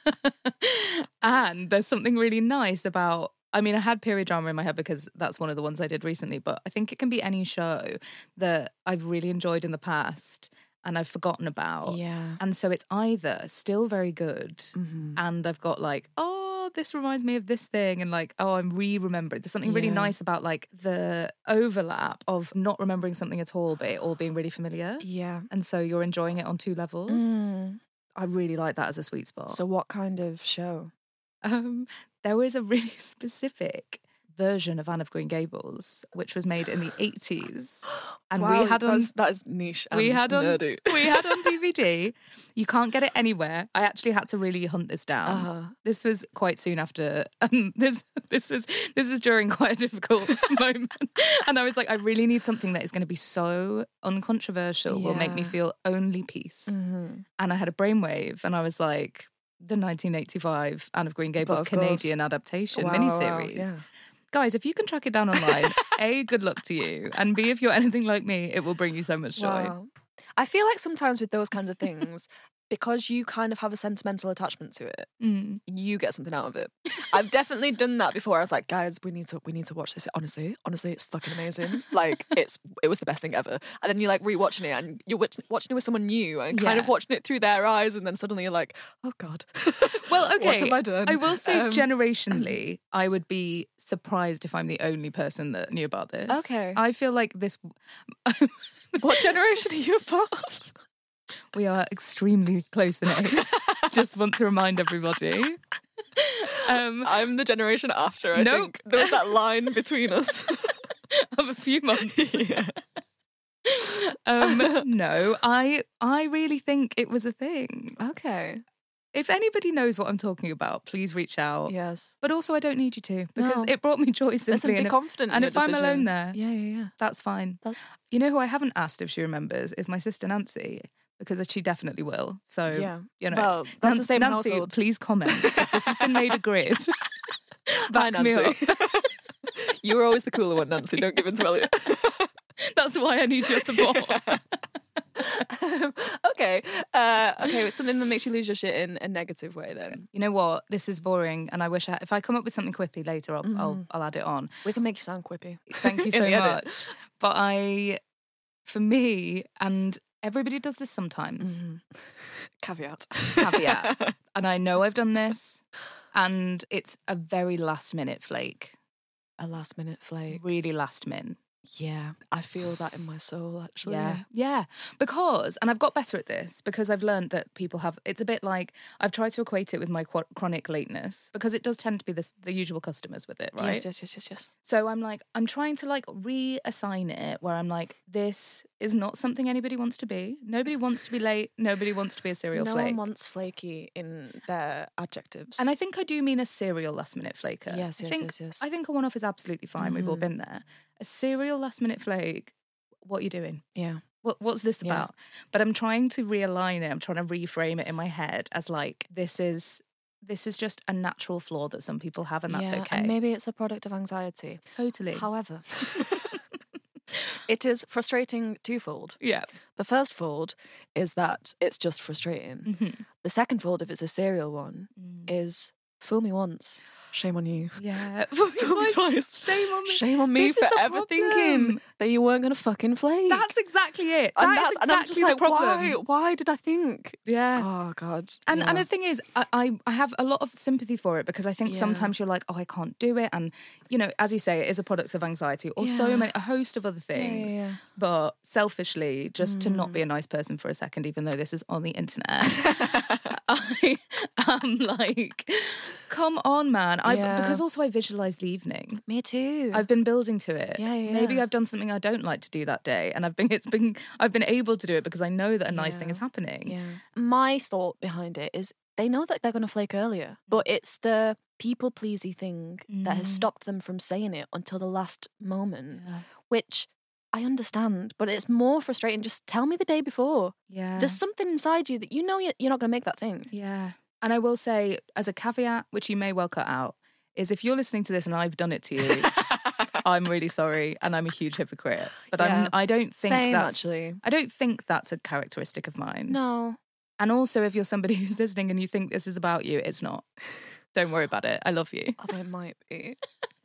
Speaker 3: [LAUGHS] and there's something really nice about. I mean, I had period drama in my head because that's one of the ones I did recently, but I think it can be any show that I've really enjoyed in the past and I've forgotten about.
Speaker 2: Yeah.
Speaker 3: And so it's either still very good
Speaker 2: Mm-hmm.
Speaker 3: and I've got like, oh, this reminds me of this thing, and like, oh, I'm re remembered. There's something really
Speaker 2: Yeah.
Speaker 3: nice about like the overlap of not remembering something at all, but it all being really familiar.
Speaker 2: Yeah. Mm.
Speaker 3: And so you're enjoying it on two levels. I really like that as a sweet spot.
Speaker 2: So, what kind of show?
Speaker 3: um, there was a really [LAUGHS] specific version of Anne of Green Gables, which was
Speaker 2: [GASPS]
Speaker 3: made in the 80s. And
Speaker 2: Wow,
Speaker 3: we had on
Speaker 2: that's- that is niche.
Speaker 3: we
Speaker 2: and
Speaker 3: had on
Speaker 2: nerdy.
Speaker 3: [LAUGHS] we had on DVD. You can't get it anywhere. I actually had to really
Speaker 2: [LAUGHS]
Speaker 3: hunt this down.
Speaker 2: Uh-huh.
Speaker 3: This was quite soon after. [LAUGHS] Um, this this was this was during quite a difficult [LAUGHS] moment, and I was like, I really need something that is going to be so uncontroversial, will make me
Speaker 2: Yeah.
Speaker 3: feel only peace.
Speaker 2: Mhm.
Speaker 3: And I had a brainwave, and I was like. The 1985 Anne of Green Gables
Speaker 2: of course.
Speaker 3: Canadian adaptation
Speaker 2: Wow, wow, wow,
Speaker 3: miniseries.
Speaker 2: yeah.
Speaker 3: Guys, if you can track it down online, A, good luck to you. And B, if you're anything like me, it will bring you so much joy.
Speaker 2: Wow. I feel like sometimes with those kinds of things, [LAUGHS] because you kind of have a sentimental attachment to it,
Speaker 3: Mm.
Speaker 2: you get something out of [LAUGHS] it. I've definitely done that before. I was like, guys, we need to we need to watch this. Honestly, honestly, it's fucking [LAUGHS] amazing. Like it's it was the best thing ever. And then you're like rewatching it and you're watch- watching it with someone new and kind of
Speaker 3: Yeah.
Speaker 2: watching it through their eyes and then suddenly you're like, oh god. [LAUGHS]
Speaker 3: Well, okay.
Speaker 2: What have I done?
Speaker 3: will say,
Speaker 2: Um, [CLEARS THROAT]
Speaker 3: generationally, I would be surprised if I'm the only person that knew about this.
Speaker 2: Okay.
Speaker 3: I feel like this.
Speaker 2: [LAUGHS] What generation are you a part of?
Speaker 3: we are extremely close in age.
Speaker 2: [LAUGHS]
Speaker 3: Just want to remind everybody.
Speaker 2: [LAUGHS]
Speaker 3: Um,
Speaker 2: I'm the generation after. I
Speaker 3: Nope.
Speaker 2: think there was that line between us.
Speaker 3: of a few months.
Speaker 2: [LAUGHS] yeah.
Speaker 3: [LAUGHS]
Speaker 2: [LAUGHS]
Speaker 3: Um, no, I I really think it was a thing.
Speaker 2: Okay.
Speaker 3: If anybody knows what I'm talking about, please reach out.
Speaker 2: [LAUGHS] Yes.
Speaker 3: But also, I don't need you to because
Speaker 2: No.
Speaker 3: it brought me joy simply.
Speaker 2: Listen, be
Speaker 3: and if,
Speaker 2: confident. in
Speaker 3: and
Speaker 2: your
Speaker 3: if I'm
Speaker 2: decision.
Speaker 3: alone there,
Speaker 2: Yeah, yeah, yeah.
Speaker 3: That's fine.
Speaker 2: That's-
Speaker 3: You know who I haven't asked if she remembers is my sister Nancy because she definitely will. So
Speaker 2: Yeah.
Speaker 3: you know,
Speaker 2: Well, that's the
Speaker 3: Nan-
Speaker 2: same
Speaker 3: Nancy,
Speaker 2: household.
Speaker 3: Please comment. if this has been made a grid.
Speaker 2: [LAUGHS]
Speaker 3: [LAUGHS]
Speaker 2: Bye,
Speaker 3: Back me up. [LAUGHS]
Speaker 2: Nancy. [LAUGHS] you were always the cooler one, Nancy. Don't give in to Elliot. [LAUGHS]
Speaker 3: That's why I need your support.
Speaker 2: Um, okay, [LAUGHS] okay. Uh, [LAUGHS] okay, it's something that makes you lose your shit in a negative way then.
Speaker 3: You know what? This is boring, and I wish I, if I come up with something quippy later, I'll, I'll I'll add it on.
Speaker 2: We can make you sound quippy. [LAUGHS]
Speaker 3: Thank you
Speaker 2: Mm-hmm. In
Speaker 3: so
Speaker 2: the edit.
Speaker 3: much. But I, for me, and everybody does this sometimes.
Speaker 2: Caveat.
Speaker 3: Caveat. And I know I've done this, and it's a very last minute flake,
Speaker 2: a last minute flake.
Speaker 3: really last min.
Speaker 2: Yeah. I feel that in my soul actually.
Speaker 3: Yeah. Yeah. Because, and I've got better at this because I've learned that people have, it's a bit like I've tried to equate it with my qu- chronic lateness because it does tend to be this, the usual customers with it, right?
Speaker 2: Yes, yes, yes, yes, yes.
Speaker 3: So I'm like, I'm trying to like reassign it where I'm like, this is not something anybody wants to be. Nobody wants to be late. Nobody wants to be a cereal
Speaker 2: no
Speaker 3: flake.
Speaker 2: one wants flaky in their adjectives.
Speaker 3: and I think I do mean a serial last minute flaker.
Speaker 2: Yes,
Speaker 3: I
Speaker 2: yes,
Speaker 3: think,
Speaker 2: yes, yes. Mm.
Speaker 3: I think a one off is absolutely fine. We've all been there. A serial last minute flake, what are you doing?
Speaker 2: yeah.
Speaker 3: What, what's this
Speaker 2: Yeah.
Speaker 3: about? But I'm trying to realign it. I'm trying to reframe it in my head as like, this is. This is just a natural flaw that some people have, and that's
Speaker 2: yeah,
Speaker 3: okay.
Speaker 2: And maybe it's a product of anxiety. [LAUGHS]
Speaker 3: totally.
Speaker 2: However, it is frustrating twofold.
Speaker 3: [LAUGHS] yeah.
Speaker 2: The first fold is that it's just frustrating.
Speaker 3: Mm-hmm.
Speaker 2: The second fold, if it's a serial one,
Speaker 3: Mm.
Speaker 2: is fool me once, shame on you.
Speaker 3: Yeah.
Speaker 2: [LAUGHS] Fool me
Speaker 3: Like,
Speaker 2: twice.
Speaker 3: Shame on me.
Speaker 2: Shame on me
Speaker 3: This is
Speaker 2: for
Speaker 3: the
Speaker 2: ever thinking
Speaker 3: problem.
Speaker 2: that you weren't going to fucking flake.
Speaker 3: That's exactly it.
Speaker 2: and
Speaker 3: That is
Speaker 2: that's- and I'm
Speaker 3: exactly
Speaker 2: just
Speaker 3: the
Speaker 2: like,
Speaker 3: problem.
Speaker 2: Why, why did I think?
Speaker 3: Yeah.
Speaker 2: Oh God.
Speaker 3: And and
Speaker 2: Yeah.
Speaker 3: the thing is, I, I I have a lot of sympathy for it because I think
Speaker 2: Yeah.
Speaker 3: sometimes you're like, oh, I can't do it, and you know, as you say, it is a product of anxiety or so
Speaker 2: Yeah.
Speaker 3: many a host of other things.
Speaker 2: yeah. Mm.
Speaker 3: But selfishly, just to not be a nice person for a second, even though this is on the
Speaker 2: [LAUGHS]
Speaker 3: internet, [LAUGHS] I am like, come on, man! I've
Speaker 2: Yeah.
Speaker 3: because also I visualize the evening.
Speaker 2: me too.
Speaker 3: I've been building to it.
Speaker 2: Yeah, yeah,
Speaker 3: Maybe
Speaker 2: yeah.
Speaker 3: I've done something I don't like to do that day, and I've been it's been I've been able to do it because I know that a nice thing
Speaker 2: Yeah.
Speaker 3: is happening.
Speaker 2: My thought behind it is they know that they're going to flake earlier, but it's the people pleasy thing that has
Speaker 3: Mm.
Speaker 2: stopped them from saying it until the last moment, which I understand, but it's more frustrating. Just tell me the day before.
Speaker 3: Yeah.
Speaker 2: There's something inside you that you know you- you're not going to make that thing.
Speaker 3: yeah. And I will say, as a caveat, which you may well cut out, is if you're listening to this and I've done it
Speaker 2: [LAUGHS]
Speaker 3: to you, I'm really sorry, and I'm a huge hypocrite. But
Speaker 2: Yeah.
Speaker 3: I'm I don't think
Speaker 2: Same,
Speaker 3: that's
Speaker 2: actually.
Speaker 3: I don't think that's a characteristic of mine.
Speaker 2: No.
Speaker 3: And also, if you're somebody [LAUGHS] who's listening and you think this is about you, it's not. [LAUGHS] Don't worry about it. I love you.
Speaker 2: [LAUGHS] Although it Oh, might [LAUGHS] be.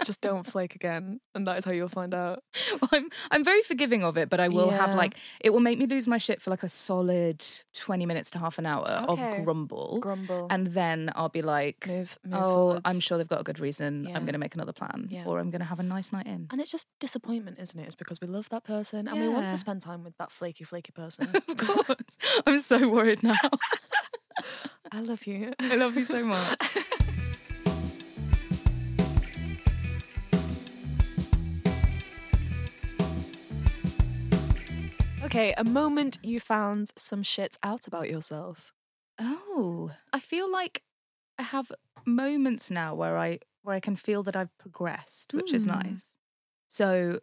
Speaker 2: Just don't flake again, and that is how you'll find out.
Speaker 3: Well, I'm I'm very forgiving of it, but I will have
Speaker 2: Yeah.
Speaker 3: like it will make me lose my shit for like a solid twenty minutes to half an hour
Speaker 2: Okay.
Speaker 3: of grumble,
Speaker 2: Grumble.
Speaker 3: and then I'll be like,
Speaker 2: Move- move
Speaker 3: oh, I'm
Speaker 2: forwards."
Speaker 3: sure they've got a good reason.
Speaker 2: Yeah.
Speaker 3: I'm going to make another plan,
Speaker 2: Yeah.
Speaker 3: or I'm going to have a nice night in.
Speaker 2: And it's just disappointment, isn't it? It's because we love that person and we want
Speaker 3: Yeah.
Speaker 2: to spend time with that flaky, flaky person.
Speaker 3: [LAUGHS] Of course, I'm so worried now.
Speaker 2: [LAUGHS] I love you. [LAUGHS]
Speaker 3: I love you so much.
Speaker 2: Okay, a moment you found some shit out about yourself.
Speaker 3: [LAUGHS] Oh, I feel like I have moments now where I where I can feel that I've progressed, which is
Speaker 2: Hmm.
Speaker 3: nice. So,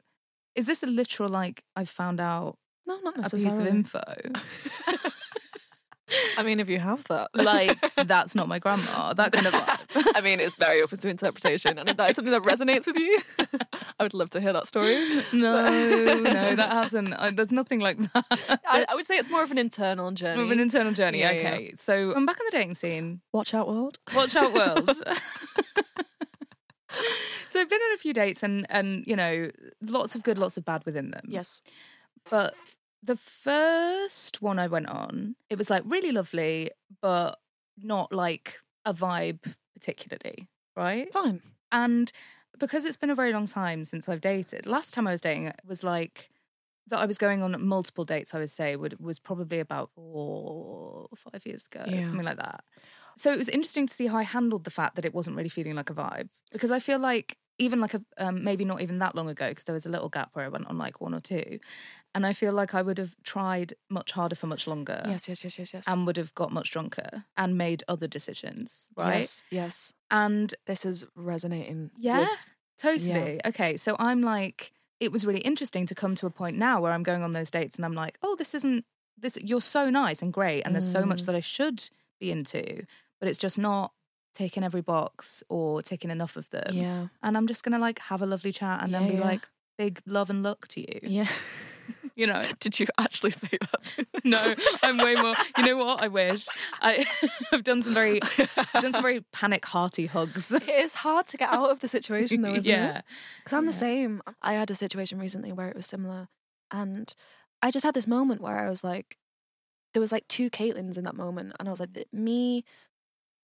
Speaker 3: is this a literal like I've found out
Speaker 2: No, not
Speaker 3: a piece of
Speaker 2: necessarily.
Speaker 3: info?
Speaker 2: I mean, if you have [LAUGHS] that,
Speaker 3: like that's not my grandma. That kind of vibe.
Speaker 2: I mean, it's very open to interpretation, and if that is something that resonates with you, [LAUGHS] I would love to hear that story.
Speaker 3: [LAUGHS] No, no, that hasn't. I, there's nothing like that. [LAUGHS]
Speaker 2: I, I would say it's more of an internal journey.
Speaker 3: More of an internal journey.
Speaker 2: Yeah, yeah.
Speaker 3: okay, so I'm back on the dating scene.
Speaker 2: Watch out, world.
Speaker 3: Watch out, world. so I've been on a few dates, and and you know, lots of good, lots of bad within them.
Speaker 2: Yes.
Speaker 3: but the first one I went on, it was like really lovely, but not like a vibe particularly, right?
Speaker 2: Fine.
Speaker 3: And because it's been a very long time since I've dated, last time I was dating was like that I was going on multiple dates, I would say, would, was probably about four or five years ago,
Speaker 2: Yeah.
Speaker 3: something like that. So it was interesting to see how I handled the fact that it wasn't really feeling like a vibe because I feel like even like a um, maybe not even that long ago because there was a little gap where I went on like one or two, and I feel like I would have tried much harder for much longer
Speaker 2: Yes, yes, yes, yes, yes.
Speaker 3: and would have got much drunker and made other decisions, right?
Speaker 2: Yes, yes.
Speaker 3: And
Speaker 2: This is resonating.
Speaker 3: yeah,
Speaker 2: with-
Speaker 3: totally. Okay, so I'm like, it was really interesting to come to a point now where I'm going on those dates and I'm like, oh, this isn't this. You're so nice and great, and there's so
Speaker 2: Mm.
Speaker 3: much that I should be into, but it's just not taking every box or taking enough of them.
Speaker 2: yeah.
Speaker 3: And I'm just gonna like have a lovely chat and
Speaker 2: Yeah,
Speaker 3: then be
Speaker 2: yeah.
Speaker 3: like, big love and luck to you.
Speaker 2: Yeah.
Speaker 3: [LAUGHS] You know,
Speaker 2: [LAUGHS] Did you actually say that?
Speaker 3: no, I'm way more. You know what? I wish I, [LAUGHS] I've done
Speaker 2: [LAUGHS]
Speaker 3: some very, I've done some very panic hearty
Speaker 2: [LAUGHS]
Speaker 3: hugs.
Speaker 2: it is hard to get out of the situation [LAUGHS] though, isn't it?
Speaker 3: yeah,
Speaker 2: Because I'm the
Speaker 3: Yeah.
Speaker 2: same. I had a situation recently where it was similar. And I just had this moment where I was like, there was like two Caitlins in that moment. And I was like, th- me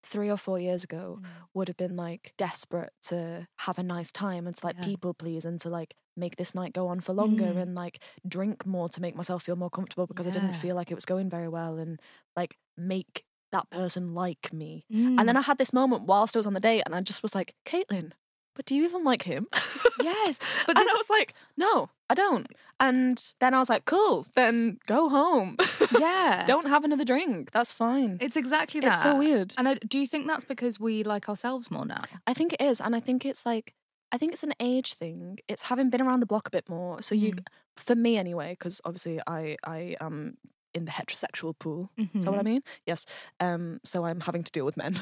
Speaker 2: three or four years ago would have been like desperate to have a nice time and to like
Speaker 3: Yeah.
Speaker 2: people please and to like make this night go on for longer
Speaker 3: Mm.
Speaker 2: and like drink more to make myself feel more comfortable because I didn't
Speaker 3: Yeah.
Speaker 2: feel like it was going very well and like make that person like me. And then I had this moment whilst I was on the date, and I just was like, Caitlin, but do you even like him?
Speaker 3: [LAUGHS] yes, but
Speaker 2: But
Speaker 3: this,
Speaker 2: I was like, no, I don't. And then I was like, cool, then go home.
Speaker 3: yeah,
Speaker 2: don't have another drink. That's fine.
Speaker 3: It's exactly that.
Speaker 2: It's so weird.
Speaker 3: And I, do you think that's because we like ourselves more now?
Speaker 2: I think it is. And I think it's like, I think it's an age thing. It's having been around the block a bit more. So you, for me anyway, because obviously I, I am in the heterosexual pool.
Speaker 3: Mm-hmm.
Speaker 2: Is that what I mean? Yes. Um, so I'm having to deal with men.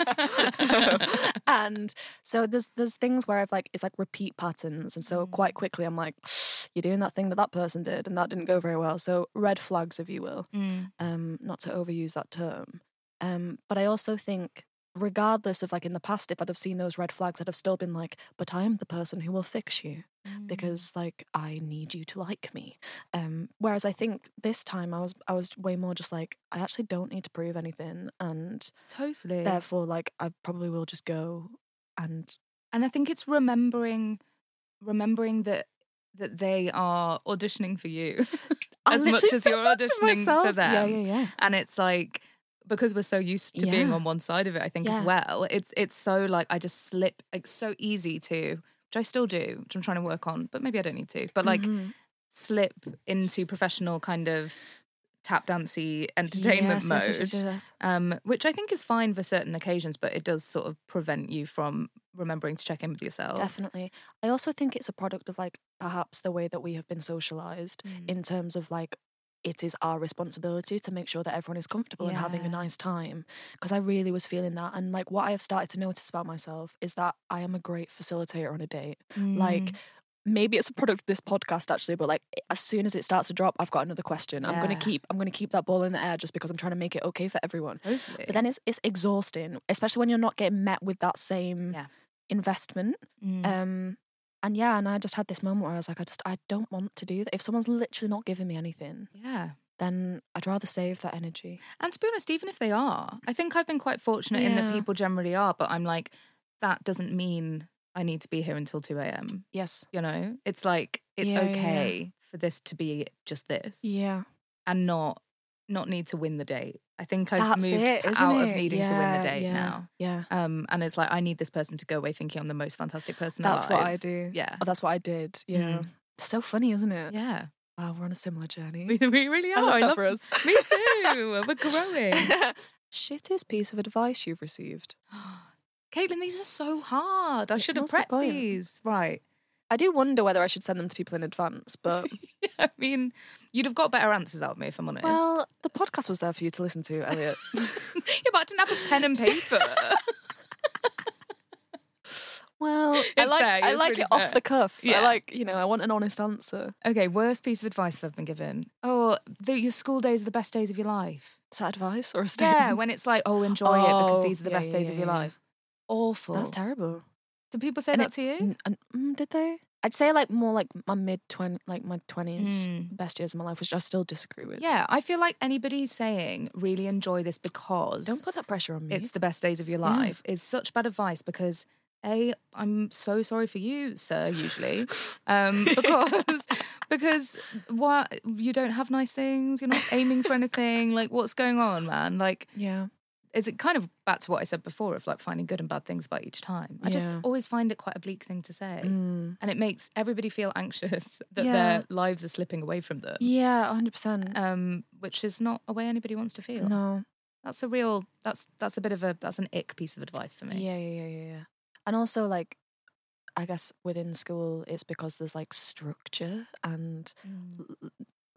Speaker 3: Yeah.
Speaker 2: [LAUGHS] and so there's there's things where I've like it's like repeat patterns, and so quite quickly I'm like, you're doing that thing that that person did, and that didn't go very well. So red flags, if you will,
Speaker 3: Mm.
Speaker 2: um, not to overuse that term. Um, but I also think, regardless of like in the past, if I'd have seen those red flags, I'd have still been like, but I am the person who will fix you because like I need you to like me. Um, whereas I think this time I was I was way more just like I actually don't need to prove anything, and
Speaker 3: totally.
Speaker 2: therefore like I probably will just go and
Speaker 3: and I think it's remembering, remembering that that they are auditioning for you [LAUGHS]
Speaker 2: I
Speaker 3: as much
Speaker 2: literally
Speaker 3: as
Speaker 2: said
Speaker 3: you're
Speaker 2: that to
Speaker 3: auditioning for
Speaker 2: myself.
Speaker 3: them.
Speaker 2: Yeah, yeah, yeah.
Speaker 3: and it's like because we're so used to being
Speaker 2: Yeah.
Speaker 3: on one side of it i think
Speaker 2: Yeah.
Speaker 3: as well it's it's so like i just slip it's so easy to which i still do which i'm trying to work on but maybe i don't need to but like
Speaker 2: Mhm.
Speaker 3: slip into professional kind of tap dancey entertainment
Speaker 2: Yes,
Speaker 3: mode
Speaker 2: yes, yes, yes, yes.
Speaker 3: um, which i think is fine for certain occasions but it does sort of prevent you from remembering to check in with yourself
Speaker 2: Definitely. I also think it's a product of like perhaps the way that we have been socialized
Speaker 3: Mm.
Speaker 2: in terms of like it is our responsibility to make sure that everyone is comfortable and having a
Speaker 3: Yeah.
Speaker 2: nice time because I really was feeling that and like what I have started to notice about myself is that I am a great facilitator on a date.
Speaker 3: Mm,
Speaker 2: Like maybe it's a product of this podcast actually but like as soon as it starts to drop I've got another question. I'm going
Speaker 3: Yeah.
Speaker 2: to keep I'm going to keep that ball in the air just because I'm trying to make it okay for everyone.
Speaker 3: totally
Speaker 2: But then it's it's exhausting, especially when you're not getting met with that same
Speaker 3: Yeah.
Speaker 2: investment.
Speaker 3: Mm.
Speaker 2: Um, and yeah, and I just had this moment where I was like, I just I don't want to do that. If someone's literally not giving me anything,
Speaker 3: yeah
Speaker 2: then I'd rather save that energy.
Speaker 3: And to be honest, even if they are, I think I've been quite fortunate in that
Speaker 2: Yeah.
Speaker 3: people generally are, but I'm like, that doesn't mean I need to be here until 2 a.m.
Speaker 2: Yes.
Speaker 3: You know, it's like, it's
Speaker 2: Yeah, yeah, yeah.
Speaker 3: okay for this to be just this
Speaker 2: Yeah.
Speaker 3: and not not need to win the date. I think I've
Speaker 2: That's
Speaker 3: moved
Speaker 2: it, isn't
Speaker 3: out of
Speaker 2: it?
Speaker 3: needing to win
Speaker 2: Yeah,
Speaker 3: the date
Speaker 2: yeah.
Speaker 3: now.
Speaker 2: Yeah.
Speaker 3: Um, and it's like, I need this person to go away thinking I'm the most fantastic person
Speaker 2: That's
Speaker 3: alive.
Speaker 2: what I do.
Speaker 3: Yeah.
Speaker 2: Oh, that's what I did. Yeah. Mm. It's so funny, isn't it? [LAUGHS]
Speaker 3: Yeah.
Speaker 2: Wow, we're on a similar journey. [LAUGHS] Oh,
Speaker 3: We, we really are.
Speaker 2: I love that for [LAUGHS]
Speaker 3: us. Me [LAUGHS] too. We're growing.
Speaker 2: Shittest piece of advice you've received.
Speaker 3: Caitlin, these are so hard. I should have
Speaker 2: what's the
Speaker 3: prepped
Speaker 2: point?
Speaker 3: these. Right. [LAUGHS]
Speaker 2: I do wonder whether I should send them to people in advance, [LAUGHS] but
Speaker 3: I mean, you'd have got better answers out of me if I'm honest.
Speaker 2: well, the podcast was there for you to listen to, [LAUGHS] Elliot.
Speaker 3: [LAUGHS] yeah, but I didn't have a pen and paper. [LAUGHS]
Speaker 2: Well, I
Speaker 3: It's
Speaker 2: like,
Speaker 3: fair,
Speaker 2: I
Speaker 3: it's
Speaker 2: like
Speaker 3: really
Speaker 2: it off
Speaker 3: fair.
Speaker 2: the cuff.
Speaker 3: Yeah.
Speaker 2: I like, you know, I want an honest answer.
Speaker 3: okay, worst piece of advice I've been given. Oh, the, your school days are the best days of your life.
Speaker 2: Is that advice or a statement? [LAUGHS]
Speaker 3: Yeah, when it's like, oh, enjoy it because
Speaker 2: Oh,
Speaker 3: these are the
Speaker 2: yeah,
Speaker 3: best
Speaker 2: yeah,
Speaker 3: days
Speaker 2: yeah,
Speaker 3: of your
Speaker 2: yeah.
Speaker 3: life. Awful.
Speaker 2: That's terrible.
Speaker 3: Do people say
Speaker 2: And
Speaker 3: that
Speaker 2: it-
Speaker 3: to you?
Speaker 2: N- and- mm, did they? I'd say like more like my mid twenty, like my twenties,
Speaker 3: Mm.
Speaker 2: best years of my life, which I still disagree with.
Speaker 3: Yeah, I feel like anybody saying really enjoy this because
Speaker 2: Don't put that pressure on me.
Speaker 3: it's the best days of your
Speaker 2: Yeah.
Speaker 3: life is such bad advice because a i'm so sorry for you sir usually
Speaker 2: [LAUGHS]
Speaker 3: um because because what you don't have nice things you're not aiming for anything like what's going on man like
Speaker 2: yeah.
Speaker 3: is it kind of back to what i said before of like finding good and bad things about each time i just
Speaker 2: Yeah.
Speaker 3: always find it quite a bleak thing to say
Speaker 2: Mm.
Speaker 3: and it makes everybody feel anxious [LAUGHS] that
Speaker 2: Yeah.
Speaker 3: their lives are slipping away from them
Speaker 2: Yeah, hundred percent.
Speaker 3: um which is not a way anybody wants to feel
Speaker 2: No.
Speaker 3: that's a real that's that's a bit of a that's an ick piece of advice for me
Speaker 2: Yeah, yeah, yeah, yeah, yeah. And also like, I guess within school, it's because there's like structure and
Speaker 3: Mm.
Speaker 2: l-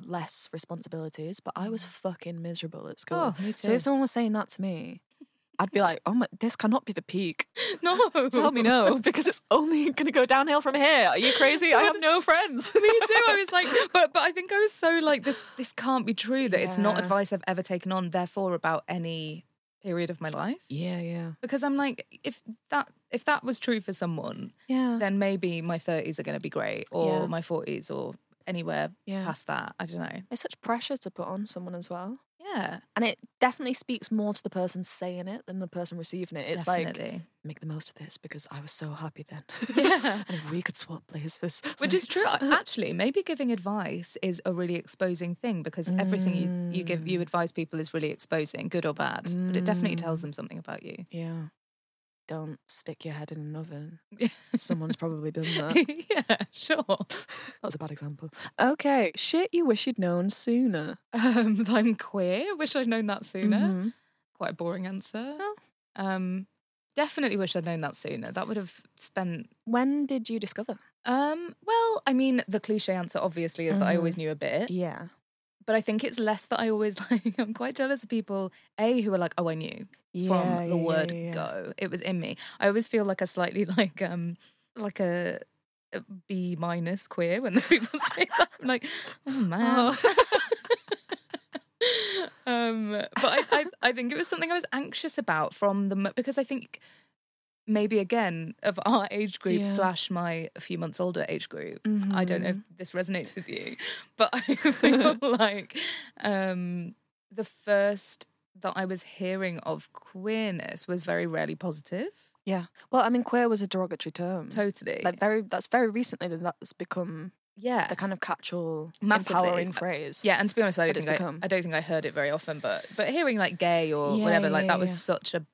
Speaker 2: less responsibilities. But I was fucking miserable at school.
Speaker 3: me Mm. Oh, too.
Speaker 2: So if someone was saying that to me, I'd be like, oh my, this cannot be the
Speaker 3: [LAUGHS]
Speaker 2: peak.
Speaker 3: [LAUGHS] No.
Speaker 2: [LAUGHS] Tell me no, because it's only going to go downhill from here. Are you crazy? I
Speaker 3: [LAUGHS]
Speaker 2: have no friends. [LAUGHS]
Speaker 3: [LAUGHS] Me too. I was like, but but I think I was so like this. This can't be true. That it's not
Speaker 2: Yeah.
Speaker 3: advice I've ever taken on. Therefore, about any period of my life,
Speaker 2: Yeah, yeah,
Speaker 3: because I'm like, if that if that was true for someone,
Speaker 2: yeah.
Speaker 3: then maybe my 30s are going to be great, or
Speaker 2: Yeah.
Speaker 3: my 40s, or anywhere
Speaker 2: Yeah.
Speaker 3: past that. I don't know.
Speaker 2: It's such pressure to put on someone as well.
Speaker 3: Yeah,
Speaker 2: And it definitely speaks more to the person saying it than the person receiving it. It's like,
Speaker 3: definitely.
Speaker 2: make the most of this because I was so happy then. [LAUGHS]
Speaker 3: Yeah.
Speaker 2: and if we could swap places.
Speaker 3: [LAUGHS] Which is true. I- Actually, maybe giving advice is a really exposing thing because everything you, you give, you advise people is really exposing, good or bad. But it definitely tells them something about you.
Speaker 2: Yeah. Don't stick your head in an
Speaker 3: [LAUGHS]
Speaker 2: oven.
Speaker 3: Yeah.
Speaker 2: Someone's probably done
Speaker 3: [LAUGHS]
Speaker 2: that. That
Speaker 3: yeah, sure.
Speaker 2: was a bad example. Okay. Shit you wish you'd known sooner.
Speaker 3: Um, that I'm queer. Wish I'd known that sooner.
Speaker 2: Mhm.
Speaker 3: Quite a boring answer. Um, definitely wish I'd known that sooner. That would have spent.
Speaker 2: When did you discover?
Speaker 3: Um, well, I mean, the cliche answer obviously is that I
Speaker 2: Mm-hmm.
Speaker 3: always knew a bit,
Speaker 2: Yeah.
Speaker 3: but I think it's less that I always [LAUGHS] like. I'm quite jealous of people a who are like, oh, I knew. from
Speaker 2: Yeah, yeah,
Speaker 3: the
Speaker 2: yeah,
Speaker 3: word
Speaker 2: yeah, yeah.
Speaker 3: go. It was in me. I always feel like a slightly [LAUGHS] like um like a, a B minus queer when [LAUGHS] the people say that. I'm like,
Speaker 2: [LAUGHS]
Speaker 3: oh man. [LAUGHS] um, but I, I I think it was something I was anxious about from the mo- because I think maybe again of our age group
Speaker 2: Yeah.
Speaker 3: slash my a few months older age group.
Speaker 2: Mm-hmm.
Speaker 3: I don't
Speaker 2: Mm.
Speaker 3: know if this resonates with you, but I
Speaker 2: [LAUGHS]
Speaker 3: [LAUGHS] feel like um, the first that I was hearing of queerness was very rarely positive.
Speaker 2: Yeah. Well, I mean, queer was a derogatory term.
Speaker 3: Totally.
Speaker 2: Mm. Like very, that's very recently that that's become
Speaker 3: yeah.
Speaker 2: the kind of catch-all,
Speaker 3: Massively.
Speaker 2: empowering phrase.
Speaker 3: yeah, and to be honest, I
Speaker 2: What
Speaker 3: don't
Speaker 2: it's
Speaker 3: think I,
Speaker 2: become.
Speaker 3: I don't think I heard it very often, but but hearing like gay or
Speaker 2: Yeah,
Speaker 3: whatever, like
Speaker 2: yeah,
Speaker 3: that was
Speaker 2: yeah.
Speaker 3: such a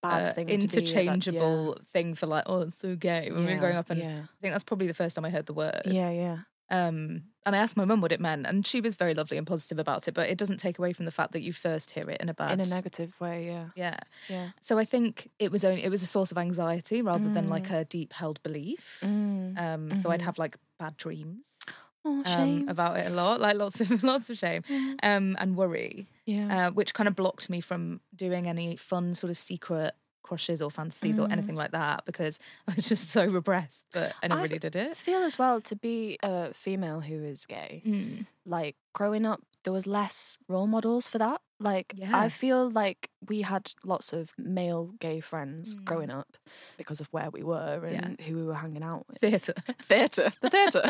Speaker 2: Bad
Speaker 3: uh,
Speaker 2: thing. To be,
Speaker 3: interchangeable thing for like, oh, it's so gay when we were growing up, and
Speaker 2: yeah,
Speaker 3: I think that's probably the first time I heard the word.
Speaker 2: yeah, yeah.
Speaker 3: Um, and I asked my mum what it meant, and she was very lovely and positive about it. But it doesn't take away from the fact that you first hear it in a bad,
Speaker 2: in a negative way. Yeah,
Speaker 3: yeah.
Speaker 2: yeah.
Speaker 3: So I think it was only it was a source of anxiety rather than like a deep held belief.
Speaker 2: Mm.
Speaker 3: Um, so I'd have like bad dreams
Speaker 2: Oh,
Speaker 3: um, about it a lot, like lots of [LAUGHS] lots of shame um, and worry,
Speaker 2: yeah,
Speaker 3: uh, which kind of blocked me from doing any fun sort of secret crushes or fantasies or anything like that because [LAUGHS] I was just so repressed that I never
Speaker 2: Mm. I-
Speaker 3: really did
Speaker 2: I
Speaker 3: it.
Speaker 2: feel as well to be a female who is gay.
Speaker 3: Mm.
Speaker 2: Like growing up, there was less role models for that. Like
Speaker 3: Yeah.
Speaker 2: I feel like we had lots of male gay friends growing up because of where we were
Speaker 3: Yeah.
Speaker 2: and who we were hanging out with.
Speaker 3: Theatre. [LAUGHS]
Speaker 2: theatre, the theatre.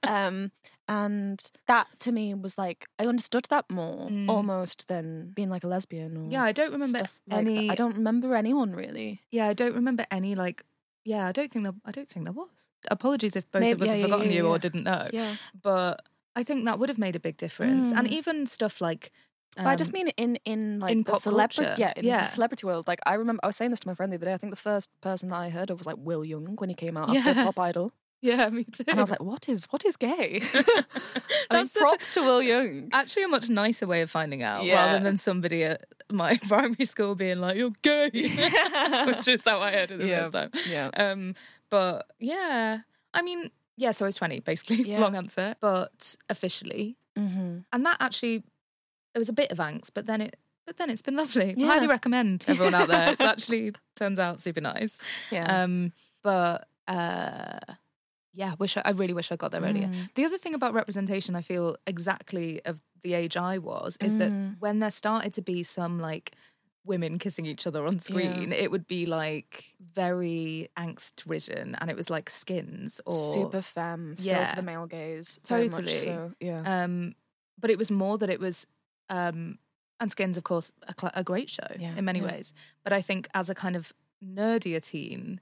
Speaker 2: [LAUGHS] um, and that to me was like I understood that more
Speaker 3: Mm.
Speaker 2: almost than being like a lesbian. Or
Speaker 3: Yeah, I don't remember
Speaker 2: stuff like that.
Speaker 3: any.
Speaker 2: I don't remember anyone really.
Speaker 3: Yeah, I don't remember any like. Yeah, I don't think there. I don't think there was. Apologies if both of
Speaker 2: Maybe-
Speaker 3: us
Speaker 2: yeah,
Speaker 3: have
Speaker 2: yeah,
Speaker 3: forgotten
Speaker 2: yeah,
Speaker 3: you or
Speaker 2: yeah.
Speaker 3: didn't know.
Speaker 2: Yeah. Mm.
Speaker 3: But I think that would have made a big difference. And even stuff like.
Speaker 2: But I just
Speaker 3: um,
Speaker 2: mean in in like
Speaker 3: in
Speaker 2: the
Speaker 3: pop
Speaker 2: celebrity,
Speaker 3: culture.
Speaker 2: yeah, in
Speaker 3: Yeah.
Speaker 2: the celebrity world. Like I remember, I was saying this to my friend the other day. I think the first person that I heard of was like Will Young when he came out after
Speaker 3: Yeah.
Speaker 2: Pop Idol,
Speaker 3: [LAUGHS] Yeah, me too.
Speaker 2: and I was like, "What is what is
Speaker 3: [LAUGHS]
Speaker 2: gay?" [LAUGHS] I mean,
Speaker 3: That's such a-
Speaker 2: props to Will
Speaker 3: [LAUGHS]
Speaker 2: Young.
Speaker 3: actually a much nicer way of finding out
Speaker 2: Yeah.
Speaker 3: rather than somebody at my [LAUGHS] primary school being like, you're gay, [LAUGHS] which is how I heard it the
Speaker 2: Yeah.
Speaker 3: first time.
Speaker 2: [LAUGHS]
Speaker 3: [LAUGHS]
Speaker 2: yeah,
Speaker 3: Um, but yeah, I mean, yeah, so I was 20, basically. [LAUGHS]
Speaker 2: Yeah.
Speaker 3: Long answer. But officially,
Speaker 2: mm-hmm.
Speaker 3: and that actually it was a bit of angst but then it but then it's been lovely
Speaker 2: Yeah.
Speaker 3: highly recommend to everyone
Speaker 2: [LAUGHS]
Speaker 3: out there it's actually turns out super nice
Speaker 2: yeah.
Speaker 3: um but uh yeah wish I, I really wish i got there
Speaker 2: Mm.
Speaker 3: earlier the other thing about representation i feel exactly of the age i was is
Speaker 2: Mm. Mm-hmm.
Speaker 3: that when there started to be some like women kissing each other on screen it would be like very angst ridden and it was like skins or
Speaker 2: super femme, still
Speaker 3: Um, Yeah.
Speaker 2: for the male gaze. Very
Speaker 3: Totally.
Speaker 2: much so. Yeah. [LAUGHS]
Speaker 3: Um, but it was more that it was, um, and Skins, of course, a, cla a great show
Speaker 2: Yeah,
Speaker 3: in many
Speaker 2: yeah.
Speaker 3: ways. But I think as a kind of nerdier teen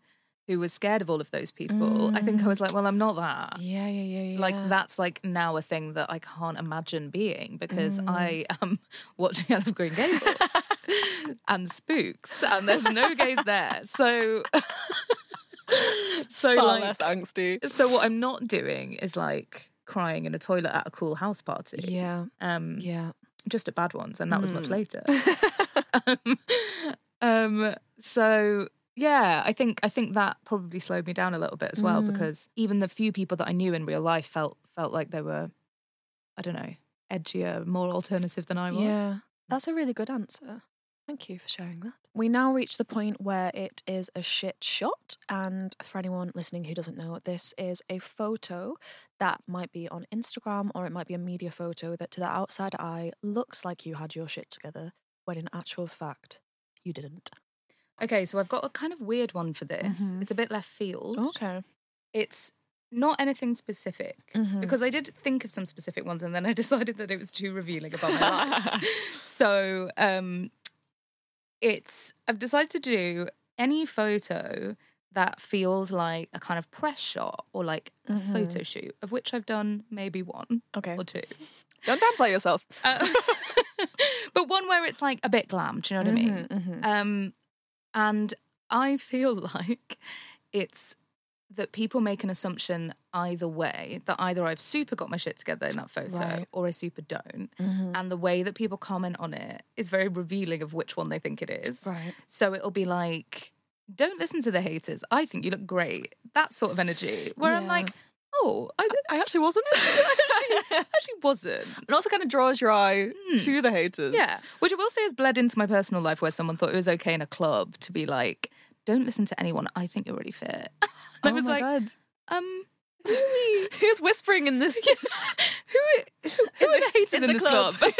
Speaker 3: who was scared of all of those people, I think I was like, well, I'm not that.
Speaker 2: yeah, yeah, yeah, yeah.
Speaker 3: Like
Speaker 2: Mm. yeah.
Speaker 3: that's like now a thing that I can't imagine being because
Speaker 2: Mm.
Speaker 3: I am [LAUGHS] watching Out of Green
Speaker 2: [LAUGHS]
Speaker 3: Gables and Spooks, and there's no gays there. So, [LAUGHS] so
Speaker 2: Far
Speaker 3: like
Speaker 2: less angsty.
Speaker 3: so what I'm not doing is like crying in a toilet at a cool house party.
Speaker 2: Yeah,
Speaker 3: Um
Speaker 2: yeah. Hmm.
Speaker 3: just at bad ones and that was much
Speaker 2: [LAUGHS]
Speaker 3: later. um, um, so yeah, I think I think that probably slowed me down a little bit as well
Speaker 2: Hmm.
Speaker 3: because even the few people that I knew in real life felt felt like they were I don't know, edgier, more alternative than I was.
Speaker 2: Yeah. That's a really good answer. Thank you for sharing that. We now reach the point where it is a shit shot. And for anyone listening who doesn't know, this is a photo that might be on Instagram or it might be a media photo that to the outside eye looks like you had your shit together, when in actual fact, you didn't.
Speaker 3: Okay, so I've got a kind of weird one for this.
Speaker 2: Mhm.
Speaker 3: It's a bit left field.
Speaker 2: Okay.
Speaker 3: It's not anything specific
Speaker 2: Mhm.
Speaker 3: because I did think of some specific ones and then I [LAUGHS] decided that it was too revealing about
Speaker 2: [LAUGHS]
Speaker 3: my life. So um, it's I've decided to do any photo that feels like a kind of press shot or like a
Speaker 2: Mhm.
Speaker 3: photo shoot, of which I've done maybe one
Speaker 2: okay.
Speaker 3: or two.
Speaker 2: Don't downplay yourself.
Speaker 3: Uh, [LAUGHS] but one where it's like a bit glam, do you know what I mean?
Speaker 2: Mm-hmm,
Speaker 3: Um, and I feel [LAUGHS] like it's that people make an assumption either way that either I've super got my shit together in that photo
Speaker 2: Right. Mm-hmm.
Speaker 3: or I super don't. And the way that people comment on it is very revealing of which one they think it is.
Speaker 2: Right.
Speaker 3: So it'll be like, don't listen to the haters. I think you look great. That sort of energy. Where I'm
Speaker 2: Yeah.
Speaker 3: like, oh, I
Speaker 2: I actually wasn't.
Speaker 3: actually, actually wasn't.
Speaker 2: [LAUGHS] it also kind of draws your eye to the haters.
Speaker 3: Yeah, [LAUGHS] which I will say has bled into my personal life where someone thought it was okay in a club to be like, don't listen to anyone. I think you're really fit. [LAUGHS] And
Speaker 2: Oh
Speaker 3: I was
Speaker 2: my
Speaker 3: like,
Speaker 2: God.
Speaker 3: um, who are we?
Speaker 2: Who's whispering in [LAUGHS] this?
Speaker 3: Who, who, who
Speaker 2: [LAUGHS]
Speaker 3: are the haters in,
Speaker 2: the
Speaker 3: this club? [LAUGHS]
Speaker 2: club.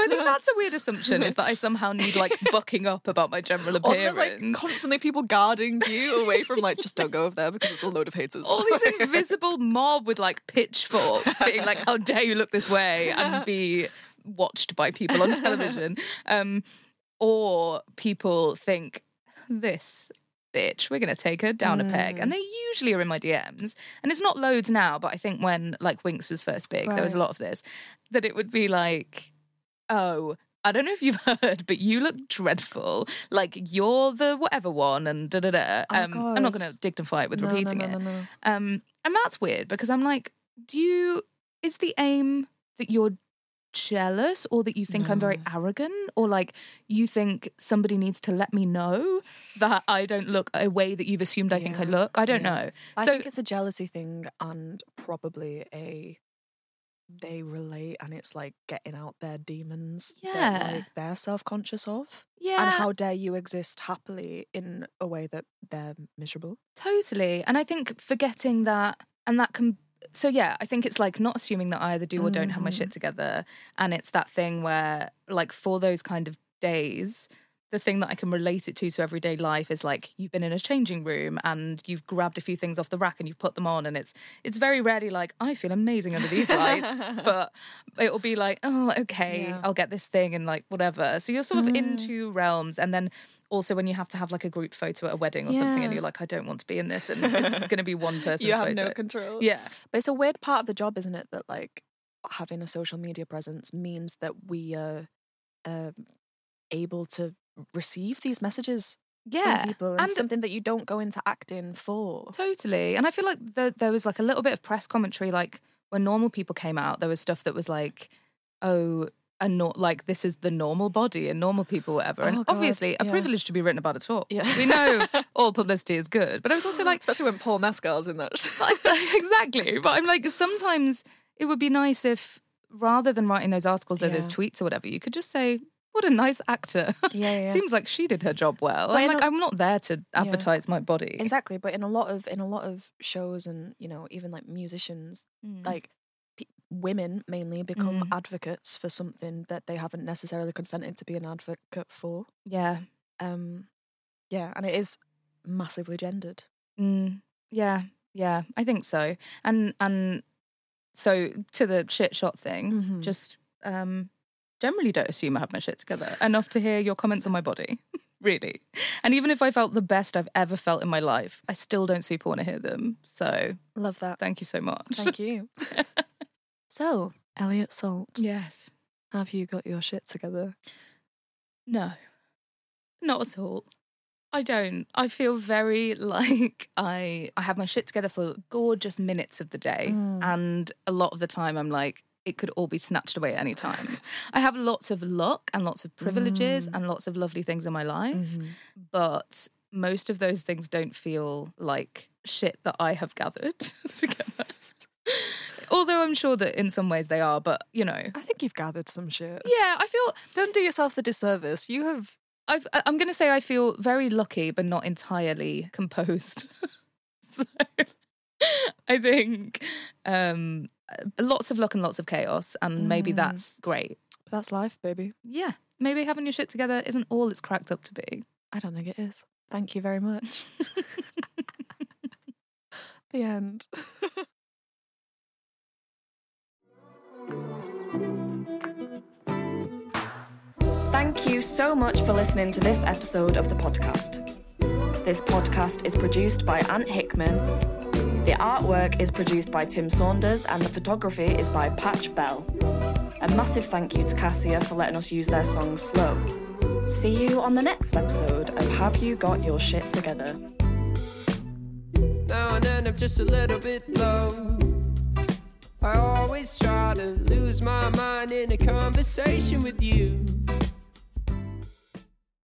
Speaker 2: [LAUGHS]
Speaker 3: I think that's a weird assumption is that I somehow need like bucking up about my general
Speaker 2: [LAUGHS] Or there's
Speaker 3: appearance.
Speaker 2: like constantly people guarding you away from like just don't go over there because it's a load of haters.
Speaker 3: all
Speaker 2: [LAUGHS]
Speaker 3: these invisible mob with like pitchforks being like how dare you look
Speaker 2: [LAUGHS]
Speaker 3: this way and be watched by people on television um or people think this bitch we're going to take her down a peg
Speaker 2: Mm.
Speaker 3: and they usually are in my dms and it's not loads now but i think when like winks was first big there was a
Speaker 2: Right.
Speaker 3: lot of this that it would be like oh I don't know if you've [LAUGHS] heard, but you look dreadful. Like you're the whatever one, and da da da.
Speaker 2: Oh,
Speaker 3: Um, I'm not
Speaker 2: God.
Speaker 3: going to dignify it with
Speaker 2: No, no,
Speaker 3: repeating
Speaker 2: no,
Speaker 3: it.
Speaker 2: no, no.
Speaker 3: Um, and that's weird because I'm like, do you, is the aim that you're jealous or that you think I'm very arrogant or like you think somebody needs to let me know that I don't look a way that you've assumed I think I
Speaker 2: Yeah,
Speaker 3: look? I don't
Speaker 2: yeah.
Speaker 3: know.
Speaker 2: I
Speaker 3: so,
Speaker 2: think it's a jealousy thing and probably a they relate and it's like getting out their demons
Speaker 3: Yeah.
Speaker 2: that like they're self-conscious of
Speaker 3: yeah.
Speaker 2: and how dare you exist happily in a way that they're miserable
Speaker 3: Totally. And I think forgetting that, and that can. So, yeah, I think it's like not assuming that I either do or don't have my shit together. And it's that thing where, like, for those kind of days, the thing that I can relate it to to everyday life is like you've been in a changing room and you've grabbed a few things off the rack and you've put them on and it's it's very rarely like I feel amazing under these lights but it'll be like oh okay
Speaker 2: Yeah.
Speaker 3: I'll get this thing and like whatever so you're sort of in two realms and then also when you have to have like a group photo at a wedding or something and
Speaker 2: Yeah.
Speaker 3: you're like I don't want to be in this and it's going to
Speaker 2: [LAUGHS]
Speaker 3: be one person's photo
Speaker 2: control
Speaker 3: yeah
Speaker 2: but it's a weird part of the job isn't it that like having a social media presence means that we are um, able to receive these messages
Speaker 3: yeah
Speaker 2: from people and,
Speaker 3: and
Speaker 2: something that you don't go into acting for
Speaker 3: Totally. And I feel like the, there was like a little bit of press commentary, like when normal people came out, there was stuff that was like, oh, and not like this is the normal body and normal people, whatever. And
Speaker 2: Oh, God,
Speaker 3: obviously, a
Speaker 2: yeah.
Speaker 3: privilege to be written about at all.
Speaker 2: Yeah. [LAUGHS]
Speaker 3: We know all publicity is good, but I was also like,
Speaker 2: especially when Paul Mescal's in that.
Speaker 3: [LAUGHS] exactly. But I'm like, sometimes it would be nice if rather than writing those articles or those
Speaker 2: Yeah.
Speaker 3: tweets or whatever, you could just say, what a nice actor.
Speaker 2: [LAUGHS]
Speaker 3: [LAUGHS]
Speaker 2: Yeah, yeah.
Speaker 3: Seems like she did her job well.
Speaker 2: But
Speaker 3: I'm
Speaker 2: in
Speaker 3: like,
Speaker 2: a-
Speaker 3: I'm not there to advertise my body.
Speaker 2: exactly, but in a lot of in a lot of shows and you know even like musicians,
Speaker 3: Mm.
Speaker 2: like pe- women mainly become
Speaker 3: Mm.
Speaker 2: advocates for something that they haven't necessarily consented to be an advocate for.
Speaker 3: yeah.
Speaker 2: Um, yeah, and it is massively gendered.
Speaker 3: Mm, yeah, yeah, I think so. And and so to the shit shot thing,
Speaker 2: Mhm.
Speaker 3: just um, generally don't assume I have my shit together enough to hear your comments on my body, [LAUGHS] really. And even if I felt the best I've ever felt in my life, I still don't super want to hear them. So
Speaker 2: Love that.
Speaker 3: thank you so much. [LAUGHS]
Speaker 2: [LAUGHS] Thank you. so, Elliot Salt,
Speaker 3: Yes.
Speaker 2: have you got your shit together?
Speaker 3: No, not at all. I don't. I feel very [LAUGHS] like I I have my shit together for gorgeous minutes of the day,
Speaker 2: Mm.
Speaker 3: and a lot of the time I'm like it could all be snatched away at any time. I have lots of luck and lots of
Speaker 2: Mm.
Speaker 3: privileges and lots of lovely things in my life,
Speaker 2: Mm-hmm.
Speaker 3: but most of those [LAUGHS]
Speaker 2: [LAUGHS]
Speaker 3: things don't feel like shit that I have gathered together. although I'm sure that in some ways they are, but you know.
Speaker 2: I think you've gathered some shit.
Speaker 3: Yeah, I feel
Speaker 2: Don't do yourself the disservice. You have
Speaker 3: I've, I- I'm going to say I feel very lucky, but not entirely [LAUGHS] composed. so [LAUGHS] I think um, lots of luck and lots of chaos, and maybe
Speaker 2: Mm.
Speaker 3: that's great.
Speaker 2: that's life, baby.
Speaker 3: Yeah, maybe having your shit together isn't all it's cracked up to be. [LAUGHS]
Speaker 2: I don't think it is. Thank you very much. [LAUGHS] the end. [LAUGHS]
Speaker 1: Thank you so much for listening to this episode of the podcast. This podcast is produced by Ant Hickman. The artwork is produced by Tim Saunders and the photography is by Patch Bell. A massive thank you to Cassia for letting us use their song Slow. See you on the next episode of Have You Got Your Shit Together?
Speaker 5: Now and then I'm just a little bit low. I always try to lose my mind in a conversation with you.